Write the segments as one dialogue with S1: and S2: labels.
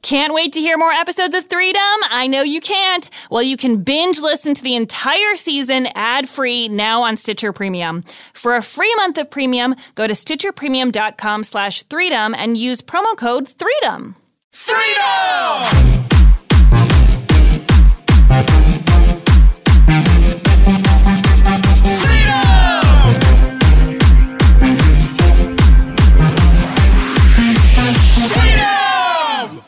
S1: Can't wait to hear more episodes of Freedom? I know you can't. Well, you can binge listen to the entire season ad free now on Stitcher Premium. For a free month of premium, go to stitcherpremium.com slash Freedom and use promo code Freedom.
S2: Freedom!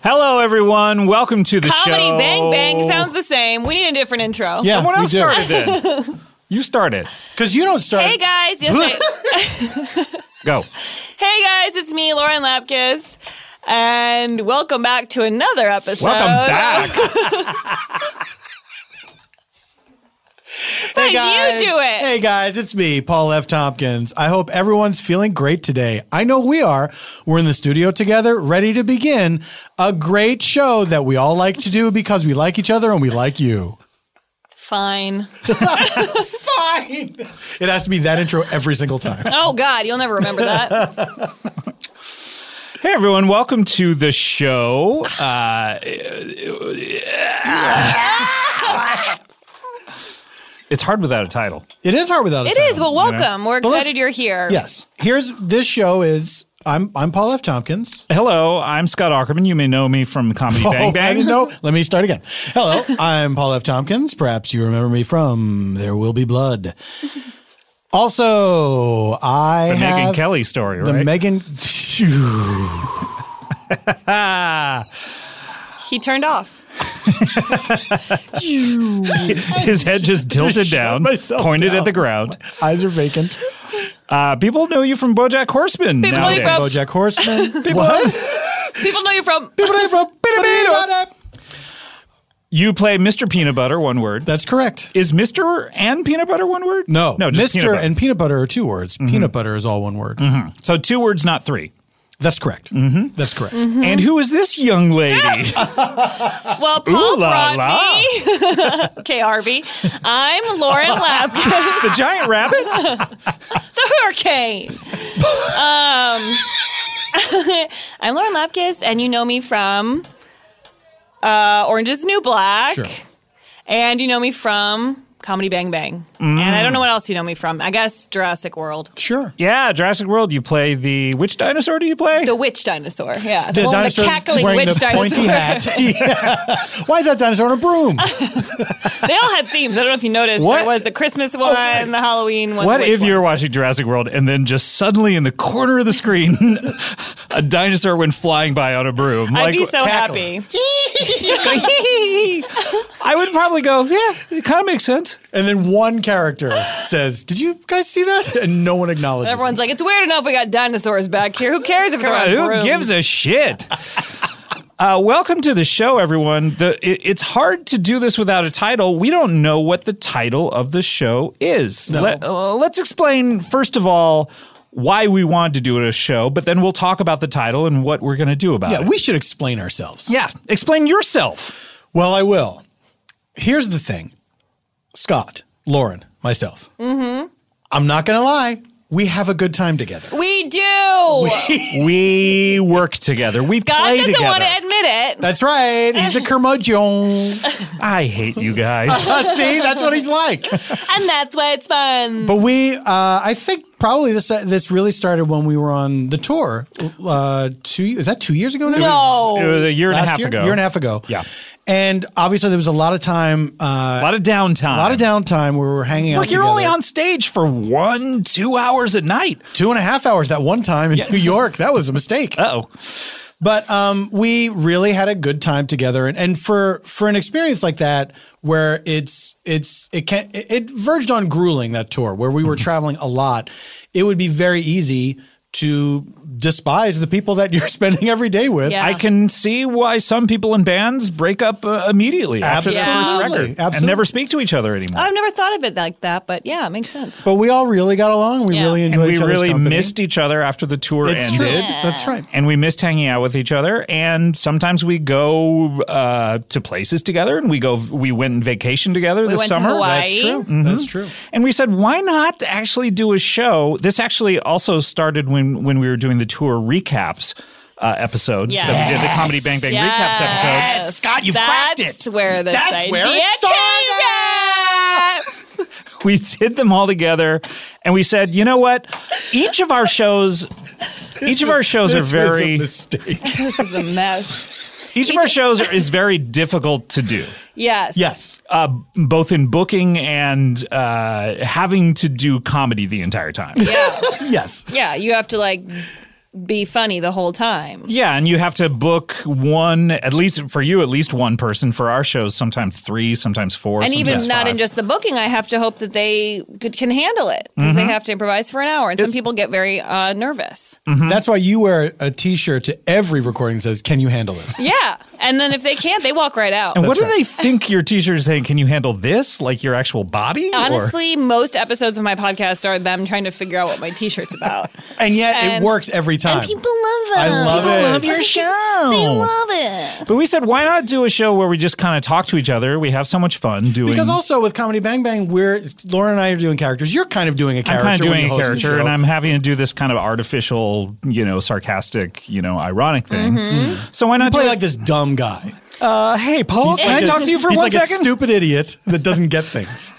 S3: Hello, everyone. Welcome to the
S1: Comedy
S3: show.
S1: Bang Bang sounds the same. We need a different intro.
S2: Yeah.
S3: Someone
S2: we
S3: else
S2: do.
S3: started it. you started.
S2: Because you don't start.
S1: Hey guys, yes, I-
S3: Go.
S1: hey guys, it's me, Lauren Lapkus, and welcome back to another episode.
S3: Welcome back.
S1: Frank, you do it.
S2: Hey guys, it's me, Paul F. Tompkins. I hope everyone's feeling great today. I know we are. We're in the studio together, ready to begin a great show that we all like to do because we like each other and we like you.
S1: Fine.
S2: Fine. It has to be that intro every single time.
S1: Oh God, you'll never remember that.
S3: hey, everyone. Welcome to the show. Uh, it's hard without a title.
S2: It is hard without a
S1: It
S2: title.
S1: is. Well, welcome. We're
S2: Well, let's-
S1: excited you're here.
S2: Yes. Here's this show is I'm I'm Paul F. Tompkins.
S3: Hello, I'm Scott Ackerman. You may know me from Comedy Bang
S2: Oh, I
S3: Bang.
S2: didn't know. Let me start again. Hello, I'm Paul F. Tompkins. Perhaps you remember me from There Will Be Blood. Also, I
S3: The
S2: have
S3: Megan Kelly story,
S2: The
S3: right?
S2: Megan.
S1: He turned off.
S3: His head just tilted down,
S2: myself
S3: pointed
S2: down.
S3: at the ground.
S2: Eyes are vacant.
S3: Uh, people know you from BoJack Horseman.
S1: People know you
S3: nowadays.
S1: from-
S2: BoJack Horseman. what?
S1: People know you from.
S3: You play Mr. Peanut Butter, one word.
S2: That's correct.
S3: Is Mr. and peanut butter one word?
S2: No,
S3: No, just
S2: Mr.
S3: peanut butter. Mm-hmm.
S2: and peanut butter are two words. Peanut butter is all one word.
S3: so two words, not 3
S2: That's correct.
S3: Mm-hmm.
S2: That's correct.
S3: And who is this young lady?
S1: Well, Paul
S3: Ooh la
S1: brought
S3: la.
S1: me. okay, Harvey. I'm Lauren Lapkus,
S3: the giant rabbit?
S1: the hurricane. Um, I'm Lauren Lapkus, and you know me from uh, Orange is the New Black,
S2: Sure.
S1: and you know me from Comedy Bang Bang, and I don't
S2: Mm.
S1: know what else you know me from. I guess Jurassic World,
S2: Sure.
S3: Yeah, Jurassic World. You play the which dinosaur do you play?
S1: the witch dinosaur. Yeah,
S2: The
S1: one with
S2: dinosaur
S1: the cackling
S2: wearing
S1: witch
S2: the
S1: dinosaur.
S2: pointy hat. Yeah. Why is that dinosaur on a broom?
S1: They all had themes. I don't know if you noticed.
S3: What?
S1: There was the Christmas one,
S2: right.
S1: the Halloween one.
S3: what
S1: the
S3: if
S1: witch
S3: you were
S1: one.
S3: watching Jurassic World and then just suddenly in the corner of the screen, a dinosaur went flying by on a broom?
S1: I'd be so
S2: cackling.
S1: happy.
S3: I would probably go, yeah, it kind of makes sense.
S2: And then one character says, "Did you guys see that?" And no one acknowledges.
S1: Everyone's like, it's weird enough we got dinosaurs back here. Who cares if they're
S3: Uh,
S1: on
S3: who
S1: brooms?
S3: gives a shit? Uh, welcome to the show, everyone. The, it, it's hard to do this without a title. We don't know what the title of the show is. Let, uh, let's explain, first of all, why we wanted to do a show, but then we'll talk about the title and what we're going to do about
S2: it. Yeah,
S3: it.
S2: we should explain ourselves.
S3: yeah, explain yourself.
S2: Well, I will. Here's the thing, Scott, Lauren, myself. Mm-hmm. I'm not gonna lie. We have a good time together.
S1: We do.
S3: we work together. We
S1: God
S3: play
S1: doesn't
S3: together.
S1: want to admit it.
S2: That's right. He's a curmudgeon.
S3: I hate you guys.
S2: See, that's what he's like.
S1: And that's why it's fun.
S2: But we, uh, I think probably this uh, this really started when we were on the tour. Uh, two is that two years ago now?
S1: No.
S3: it was a year and
S2: Oh.
S3: a
S2: Last
S3: half
S2: year?
S3: ago.
S2: Year and a half ago.
S3: Yeah.
S2: And obviously, there was a lot of time, uh,
S3: A lot of downtime.
S2: a lot of downtime where we were hanging out.
S3: Look, you're
S2: together.
S3: only on stage for one, two hours at night.
S2: two and a half hours that one time in New York. That was a mistake.
S3: Uh oh.
S2: But um, we really had a good time together, and, and for for an experience like that, where it's it's it can it, it verged on grueling that tour, where we were
S3: Mm-hmm.
S2: traveling a lot, it would be very easy to despise the people that you're spending every day with.
S4: Yeah.
S3: I can see why some people in bands break up uh, immediately after their first
S2: Absolutely.
S3: record and
S2: Absolutely.
S3: never speak to each other anymore.
S1: I've never thought of it like that, but yeah, it makes sense.
S2: But we all really got along. We
S1: Yeah.
S2: really
S3: and
S2: enjoyed
S3: we
S2: each other's
S3: really
S2: company.
S3: missed each other after the tour
S2: It's
S3: ended.
S2: true. That's right.
S3: and we missed hanging out with each other. And sometimes we go uh, to places together, and we go. We went on vacation together this
S1: went to
S3: summer.
S1: Hawaii.
S2: That's true. That's true.
S3: And we said, why not actually do a show? This actually also started when when we were doing the tour recaps uh, episodes.
S4: Yes.
S3: that we did, the comedy Bang Bang recaps episode.
S4: Yes, Scott, you've cracked it. That's where this idea came from.
S3: we did them all together and we said you know what each of our shows each of our shows are
S2: This was a
S3: very
S2: mistake.
S1: This is a mess.
S3: each of our shows are, is very difficult to do
S1: Yes.
S2: yes.
S3: uh, both in booking and uh, having to do comedy the entire time
S1: Yeah.
S2: Yes.
S1: Yeah. You have to like be funny the whole time.
S3: yeah and you have to book one at least for you at least one person for our shows sometimes three sometimes four
S1: And even
S3: sometimes
S1: not in
S3: five.
S1: just the booking, I have to hope that they could, can handle it because
S3: Mm-hmm.
S1: they have to improvise for an hour. And some people get very uh, nervous.
S3: Mm-hmm.
S2: That's why you wear a T-shirt to every recording that says, "Can you handle this?"
S1: Yeah. And then if they can't, they walk right out.
S3: and what do
S2: That's right.
S3: they think your teacher is saying? Can you handle this? Like your actual body? Or-
S1: Honestly, most episodes of my podcast are them trying to figure out what my t-shirt's about.
S2: And yet,
S1: And-
S2: it works every time.
S1: love
S2: I love it.
S3: show.
S1: it.
S3: But we said, why not do a show where we just kind of talk to each other? We have so much fun doing.
S2: Because also with Comedy Bang Bang, we're Lauren and I are doing characters. You're kind of doing a
S3: I'm
S2: character.
S3: kind of
S2: when
S3: doing
S2: you
S3: a
S2: host the
S3: character,
S2: show.
S3: and I'm having to do this kind of artificial, you know, sarcastic, you know, ironic thing. So why not
S2: Mm-hmm. play
S3: do
S2: like this dumb guy.
S3: Uh, hey, Paul,
S2: He's
S3: can
S2: like
S3: I
S2: a-
S3: talk to you for
S2: he's
S3: one
S2: like
S3: second?
S2: A stupid idiot that doesn't get things.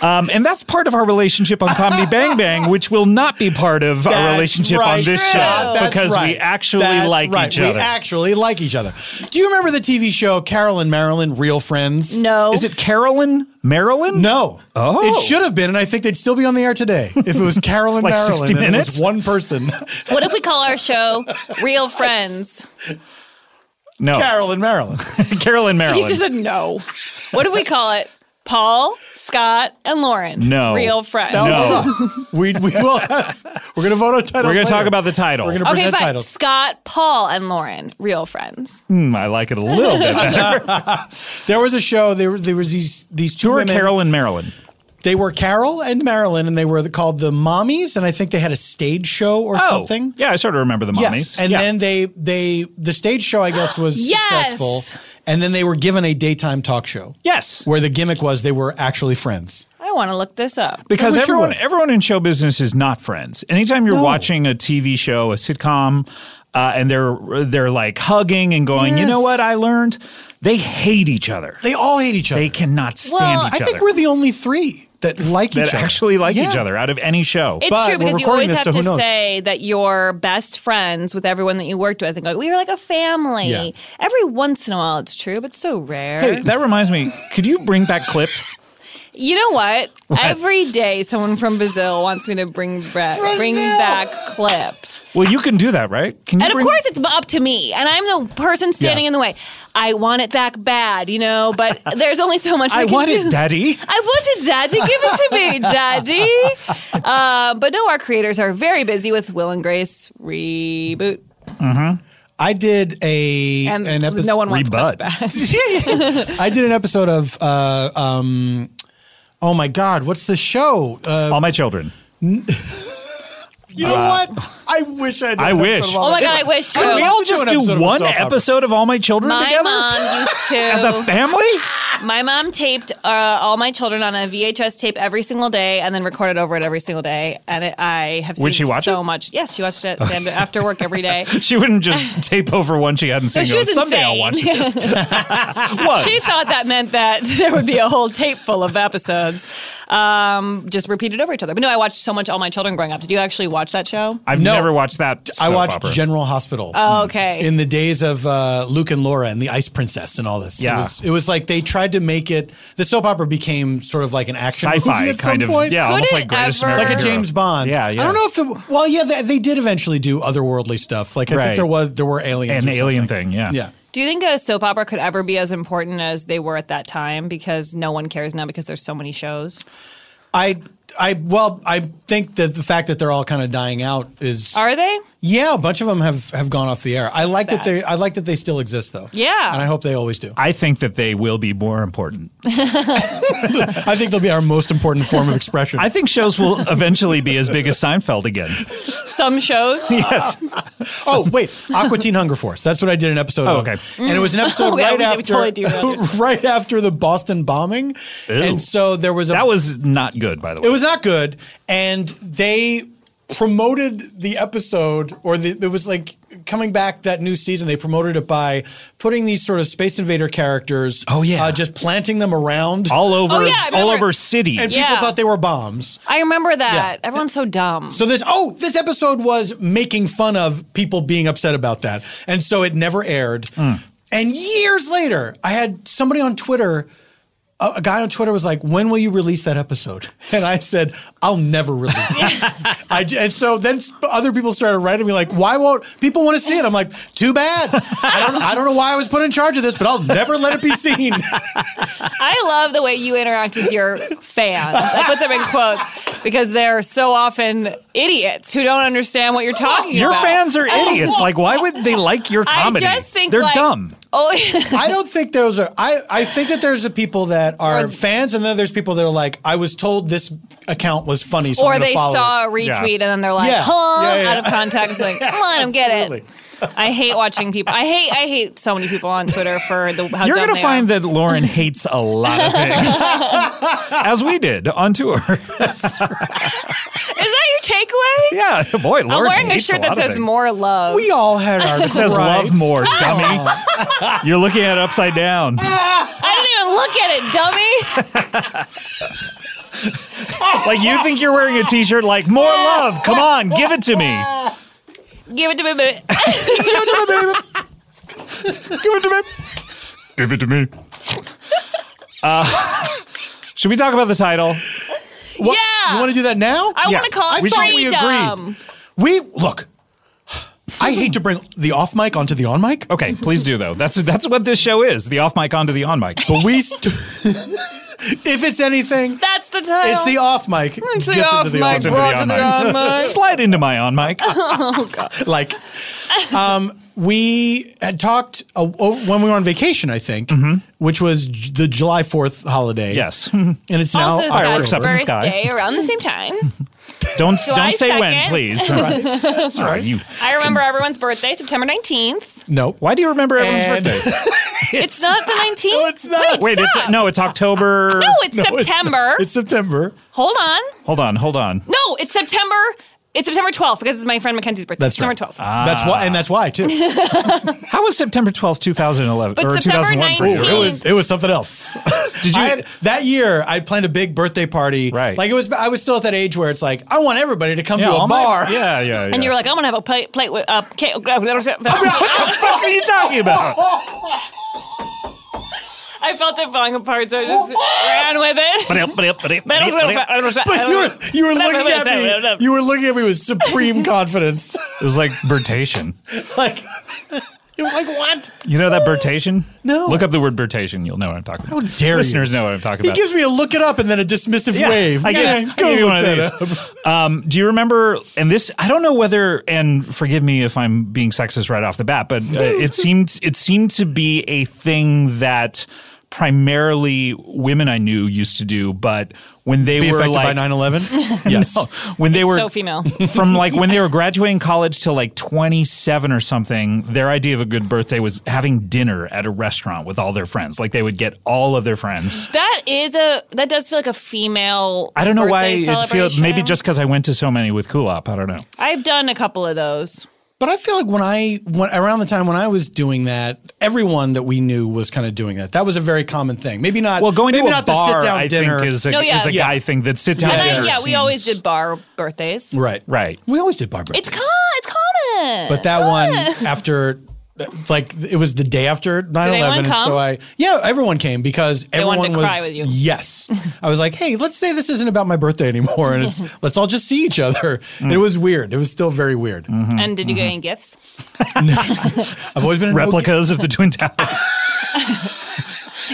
S3: um, and that's part of our relationship on Comedy Bang Bang, which will not be part of our
S2: That's
S3: relationship on
S2: right,
S3: this
S2: Scott,
S3: show
S2: that's
S3: because we
S2: right.
S3: actually
S2: That's
S3: like
S2: right.
S3: each other.
S2: We actually like each other. Do you remember the TV show Carol and Marilyn, Real Friends?
S1: No.
S3: Is it Carolyn Marilyn?
S2: No.
S3: Oh.
S2: It should have been, and I think they'd still be on the air today if it was Carolyn
S3: Like 60
S2: Marilyn and it
S3: minutes?
S2: was one person.
S1: what if we call our show Real Friends?
S3: no,
S2: Carolyn Marilyn.
S3: Carolyn Marilyn.
S1: He just said no. What if we call it Paul, Scott, and Lauren?
S3: No.
S1: Real Friends.
S2: That
S3: No.
S2: was enough. We, we will have. We're going to vote on title.
S3: We're going to talk about the title.
S2: We're going to
S1: Okay,
S2: present
S1: fine.
S2: titles.
S1: Scott, Paul, and Lauren, real friends.
S3: Hmm, I like it a little bit. better.
S2: There was a show. There, were- there was these these two
S3: Who are
S2: women.
S3: Carol and Marilyn?
S2: They were Carol and Marilyn, and they were the, called the Mommies, and I think they had a stage show or something.
S3: Oh, Yeah, I sort of remember the mommies.
S2: Yes, and
S3: Yeah.
S2: then they they the stage show I guess was
S1: Yes!
S2: successful, and then they were given a daytime talk show.
S3: yes,
S2: where the gimmick was they were actually friends.
S1: I want to look this up.
S3: because
S2: I wish you
S3: everyone
S2: would.
S3: everyone in show business is not friends. Anytime you're
S2: No.
S3: watching a TV show, a sitcom, uh, and they're they're like hugging and going, you know
S2: Yes.
S3: what? I learned they hate each other.
S2: They all hate each other.
S3: They cannot stand
S1: Well,
S3: each
S2: I
S3: other.
S2: think we're the only three that like
S3: that
S2: each other.
S3: actually like each
S2: Yeah.
S3: other out of any show.
S1: It's
S2: But
S1: true
S2: we're
S1: because you always
S2: recording this,
S1: have
S2: so who
S1: to
S2: knows?
S1: say that you're best friends with everyone that you worked with and go, we were like a family.
S2: Yeah.
S1: Every once in a while it's true, but so rare.
S3: Hey, that reminds me. Could you bring back clipped?
S1: You know what? Every day someone from Brazil wants me to bring back bring back clipped.
S3: Well, you can do that, right? Can you
S1: And of
S3: bring-
S1: course, it's up to me, and I'm the person standing
S2: Yeah.
S1: in the way. I want it back bad, you know, but there's only so much I,
S3: I
S1: can
S3: want
S1: do.
S3: it, Daddy.
S1: I want it, Daddy. Give it to me, Daddy. Uh, but no, our creators are very busy with Will and Grace reboot,
S2: I did a
S1: and
S2: an episode.
S1: no one wants
S3: Rebut.
S1: that back.
S2: I did an episode of. Uh, um, oh my God! What's the show? Uh,
S3: All my children.
S2: you know what? I wish I. Did
S3: Uh, I
S2: an
S3: wish.
S2: episode of all
S1: Oh my
S2: that.
S1: god, I wish too.
S3: Can we all just
S2: an
S3: do
S2: episode of a
S3: one
S2: soap opera.
S3: episode of All My Children
S1: my
S3: together
S1: mom used to.
S3: as a family?
S1: my mom taped uh, all my children on a VHS tape every single day, and then recorded over it every single day. And it, I have seen
S3: Would she watch
S1: so
S3: it?
S1: much. Yes, she watched it and after work every day.
S3: She wouldn't just tape over one she hadn't seen.
S1: she
S3: and go,
S1: was
S3: Someday I'll
S1: insane."
S3: watch this. What?
S1: She thought that meant that there would be a whole tape full of episodes. Uh, um, just repeated over each other. But no, I watched so much All My Children growing up. Did you actually watch that show?
S3: I've
S2: No.
S3: never watched that.
S2: I
S3: soap
S2: watched
S3: opera.
S2: General Hospital.
S1: Oh, okay.
S2: in the days of uh, Luke and Laura and the Ice Princess and all this.
S3: Yeah.
S2: It was, it was like they tried to make it, the soap opera became sort of like an action movie
S3: sci-fi
S2: at
S3: kind
S2: some
S3: of
S2: point.
S3: yeah,
S1: Could
S3: almost
S1: it
S3: like greatest
S1: ever-
S3: American
S2: Like a
S3: Hero.
S2: James Bond.
S3: Yeah, yeah.
S2: I don't know if it, well, yeah, they, they did eventually do otherworldly stuff. Like I
S3: Right.
S2: think there was there were aliens.
S3: an
S2: or
S3: alien
S2: something.
S3: thing. Yeah,
S2: Yeah.
S1: Do you think a soap opera could ever be as important as they were at that time? Because no one cares now because there's so many shows.
S2: I I well, I think that the fact that they're all kind of dying out is
S1: Are they?
S2: yeah, a bunch of them have have gone off the air. I like
S1: Sad.
S2: that they I like that they still exist though.
S1: Yeah.
S2: And I hope they always do.
S3: I think that they will be more important.
S2: I think they'll be our most important form of expression.
S3: I think shows will eventually be as big as Seinfeld again.
S1: Some shows.
S3: yes,
S2: Oh wait, Aqua Teen Hunger Force. That's what I did an episode
S3: Oh,
S2: of,
S3: okay.
S2: and it was an episode
S1: Oh, yeah,
S2: right
S1: we
S2: after
S1: did- we totally derailed
S2: right after the Boston bombing,
S3: Ew.
S2: and so there was a
S3: that was not good. By the way,
S2: it was not good, and they promoted the episode or the, it was like coming back that new season they promoted it by putting these sort of space invader characters
S3: Oh, yeah.
S2: uh, just planting them around
S3: all over,
S1: Oh, yeah, I
S3: all
S1: remember-
S3: over cities.
S2: and
S1: Yeah.
S2: people thought they were bombs
S1: I remember that.
S2: Yeah.
S1: Everyone's so dumb.
S2: So this oh this episode was making fun of people being upset about that, and so it never aired. And years later, I had somebody on Twitter. A a guy on Twitter was like, "When will you release that episode?" And I said, "I'll never release it." I j and so then s- other people started writing me like, "Why won't people want to see it?" I'm like, "Too bad. I don't, I don't know why I was put in charge of this, but I'll never let it be seen."
S1: I love the way you interact with your fans. I put them in quotes because they're so often idiots who don't understand what you're talking
S3: Your
S1: about. Oh.
S3: fans are idiots. Like, why would they like your
S1: I
S3: comedy?
S1: just think
S3: They're
S1: like-
S3: dumb.
S1: Oh,
S2: I don't think those are. I, I think that there's the people that are fans, and then there's people that are like, I was told this account was funny, so
S1: or
S2: I'm gonna
S1: they
S2: follow
S1: saw
S2: it."
S1: a retweet
S3: Yeah.
S1: and then they're like,
S2: Yeah.
S1: huh?
S2: Yeah, yeah.
S1: Out of context. Like, come on, I'm get it. I hate watching people. I hate I hate so many people on Twitter for the how
S3: You're
S1: dumb
S3: going to
S1: they
S3: find
S1: are.
S3: that Lauren hates a lot of things, as we did on tour.
S1: Is that your takeaway?
S3: yeah, boy, Lauren
S1: I'm wearing a
S3: hates
S1: shirt
S3: lot
S1: that
S3: of
S1: says
S3: things.
S1: more love.
S2: We all had our.
S3: It says
S2: gripes.
S3: love more, dummy. You're looking at it upside down.
S1: I didn't even look at it, dummy.
S3: Like you think you're wearing a t-shirt like more love. Come on, give it to me.
S1: Give it to me. baby.
S3: Give it to me. Give it to me. Uh, should we talk about the title?
S2: What-
S1: Yeah.
S2: You want to do that now?
S1: I
S3: Yeah.
S1: want to call it
S2: We should- we agree.
S1: freedom.
S2: we look. I hate to bring the off mic onto the on mic,
S3: Okay, please do though. That's that's what this show is. The off mic onto the on mic.
S2: but we. St- if it's anything,
S1: That's the title.
S2: it's the off mic.
S1: It's
S2: Gets
S1: the
S2: into
S1: off
S2: the
S1: mic,
S2: on
S3: Into
S2: mic.
S3: the
S1: Brought to
S3: on
S1: the
S3: mic.
S1: on mic.
S3: Slide into my on mic.
S2: like um, we had talked uh, o- when we were on vacation i think which was j- the july 4th holiday
S3: Mm-hmm. Yes.
S2: and it's now
S1: also,
S3: fireworks
S1: fireworks
S3: up in the sky.
S1: birthday around the same time.
S3: Don't
S1: July
S3: don't say
S1: 2nd.
S3: when, please. That's right. You.
S1: I remember everyone's birthday, September 19th.
S2: no
S3: Why do you remember everyone's
S2: and
S3: birthday?
S1: It's not the 19th. No,
S2: it's not.
S3: Wait, it's
S1: not.
S3: no, it's October.
S1: it's
S2: No, it's
S1: September.
S2: not. it's september
S1: Hold on.
S3: Hold on, hold on.
S1: No, it's September. It's September 12th because it's my friend Mackenzie's birthday.
S2: That's
S1: September
S2: right. Ah,
S1: 12th.
S3: Ah.
S2: that's why and that's why too Ooh,
S3: How was September twelfth, two 2011
S1: But
S3: or
S1: September
S3: 2001 for
S2: it
S3: you?
S1: 19th.
S2: was it was something else
S3: Did you-
S2: I had, that year i planned a big birthday party
S3: Right.
S2: like it was i was still at that age where it's like i want everybody to come to a
S3: all my-
S2: bar
S3: yeah, yeah, yeah.
S1: and you were like, I'm going to have a plate, plate with uh, cake.
S3: what the fuck are you talking about?
S1: I felt it falling apart, so I just ran with it.
S3: It
S2: But you were you were looking at me. You were looking at me with supreme confidence.
S3: was like Bertation.
S2: Like it was like what?
S3: You know that Bertation?
S2: No.
S3: Look up the word Bertation. You'll know what I'm talking about.
S2: How dare
S3: Listeners
S2: you.
S3: know what I'm talking
S2: He
S3: about.
S2: gives me a look it up and then a dismissive
S3: Yeah,
S2: wave.
S3: I get
S2: Yeah,
S3: it. I
S2: go
S3: gave you
S2: look
S3: one
S2: that
S3: of
S2: up.
S3: these. Um, do you remember? And this, I don't know whether. And forgive me if I'm being sexist right off the bat, but uh, it seemed it seemed to be a thing that primarily women I knew used to do. But when they
S2: Be
S3: were
S2: affected by
S3: like
S2: 9 11? Yes.
S3: when they were
S1: so female.
S3: from like when they were graduating college to like 27 or something their idea of a good birthday was having dinner at a restaurant with all their friends like they would get all of their friends
S1: That is a, that does feel like a female.
S3: i don't know why
S1: birthday
S3: it feels
S1: celebration.
S3: maybe just because i went to so many with kulop i don't know
S1: I've done a couple of those.
S2: But I feel like when I when, around the time when I was doing that, everyone that we knew was kind of doing that. That was a very common thing. Maybe not.
S3: Well, going
S2: maybe
S3: to a
S2: not
S3: bar,
S2: the sit down
S3: I
S2: dinner.
S3: think, is a,
S1: No, yeah.
S3: is a
S2: Yeah.
S3: guy thing that sit down
S2: Yeah,
S3: dinner.
S1: yeah, we always
S3: seems-
S1: did bar birthdays.
S2: right,
S3: Right.
S2: We always did bar breakfast.
S1: It's com- it's common.
S2: But that one after, like, it was the day after 9 11.
S1: anyone come?
S2: So I, yeah, everyone came because everyone
S1: wanted to
S2: was,
S1: cry with you.
S2: yes. I was like, hey, let's say this isn't about my birthday anymore. And it's, let's all just see each other. And it was weird. It was still very weird.
S3: Mm-hmm.
S1: and did you get any
S2: Mm-hmm.
S1: gifts?
S2: I've always been an
S3: Replicas of the Twin Towers.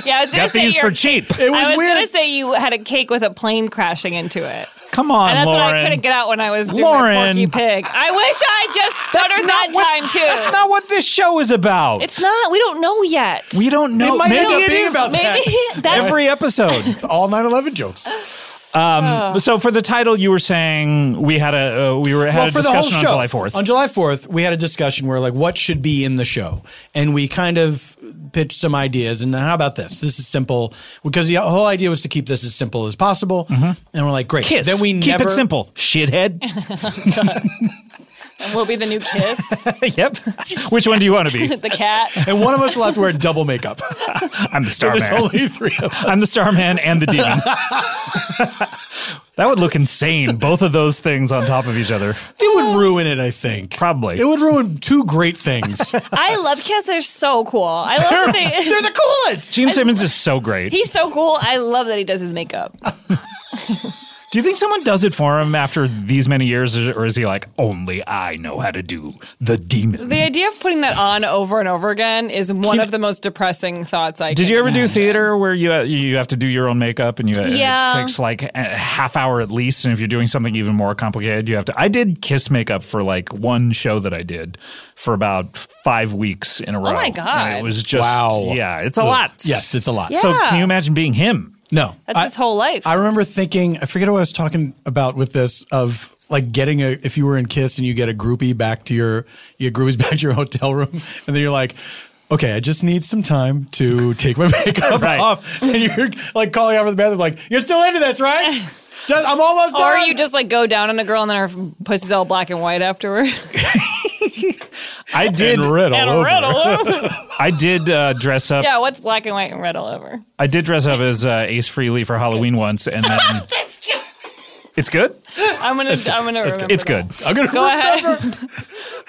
S1: Yeah, I was gonna
S3: Got
S1: say
S3: these for
S1: your-
S3: cheap.
S2: It was
S1: I was
S2: weird.
S1: gonna say you had a cake with a plane crashing into it.
S3: Come on,
S1: And that's
S3: Uh, Lauren.
S1: what I couldn't get out when I was doing my
S3: Lauren.
S1: Porky Pig. I wish I just
S3: That's
S1: stuttered
S3: not
S1: that
S3: what-
S1: time too.
S3: That's not what this show is about.
S1: It's not. We don't know yet.
S3: we don't know.
S2: It might
S3: Maybe
S2: end up
S3: it
S2: being
S3: is
S2: about
S1: Maybe
S2: that.
S1: that's
S3: every episode.
S2: It's all 9 11 jokes.
S3: so for the title, you were saying we had a uh, we were had
S2: Well,
S3: a
S2: for the whole
S3: discussion
S2: show.
S3: on July fourth.
S2: On July 4th, we had a discussion where, like, what should be in the show? And we kind of pitched some ideas. And how about this? This is simple because the whole idea was to keep this as simple as possible. And we're like, great.
S3: Mm-hmm. Kiss.
S2: Then we
S3: keep
S2: never,
S3: it simple, shithead.
S1: will be the new kiss.
S3: yep. Which one do you want to be?
S1: the cat.
S2: And one of us will have to wear double makeup.
S3: I'm the star
S2: There's
S3: man.
S2: only three of us.
S3: I'm the star man and the demon. that would look insane. Both of those things on top of each other.
S2: It would ruin it, I think.
S3: Probably.
S2: It would ruin two great things. They're
S1: I love kiss. They're so cool. I love that they.
S2: the coolest.
S3: Gene Simmons is so great.
S1: He's so cool. I love that he does his makeup.
S3: Do you think someone does it for him after these many years, or or is he like, only I know how to do the demon?
S1: The idea of putting that on over and over again is one of the most depressing thoughts I
S3: Did
S1: can-
S3: you ever do theater where you you have to do your own makeup and you
S5: Yeah.
S3: it takes like a half hour at least, and if you're doing something even more complicated, you have to. I did kiss makeup for like one show that I did for about five weeks in a row.
S1: Oh my
S3: and
S1: God.
S3: it was just
S2: Wow.
S3: yeah, it's a lot.
S2: Yes, it's a lot.
S3: So
S1: Yeah.
S3: can you imagine being him?
S2: No.
S1: That's his whole life.
S2: I remember thinking, I forget what I was talking about with this of like getting a if you were in Kiss and you get a groupie back to your your groupies back to your hotel room, and then you're like. Okay, I just need some time to take my makeup
S3: Right.
S2: off. And you're like calling out of the bathroom, like, you're still into this, right? Just, I'm almost
S1: or
S2: done.
S1: you just like go down on a girl and then her pussy's all black and white afterward.
S3: I did.
S2: and red all over.
S1: red all over.
S3: I did uh, dress up.
S1: yeah, what's black and white and red all over?
S3: I did dress up as uh, Ace Frehley for Halloween once, and then it's good.
S1: I'm gonna. I'm gonna. Remember
S3: It's good.
S2: I'm gonna
S1: Go ahead.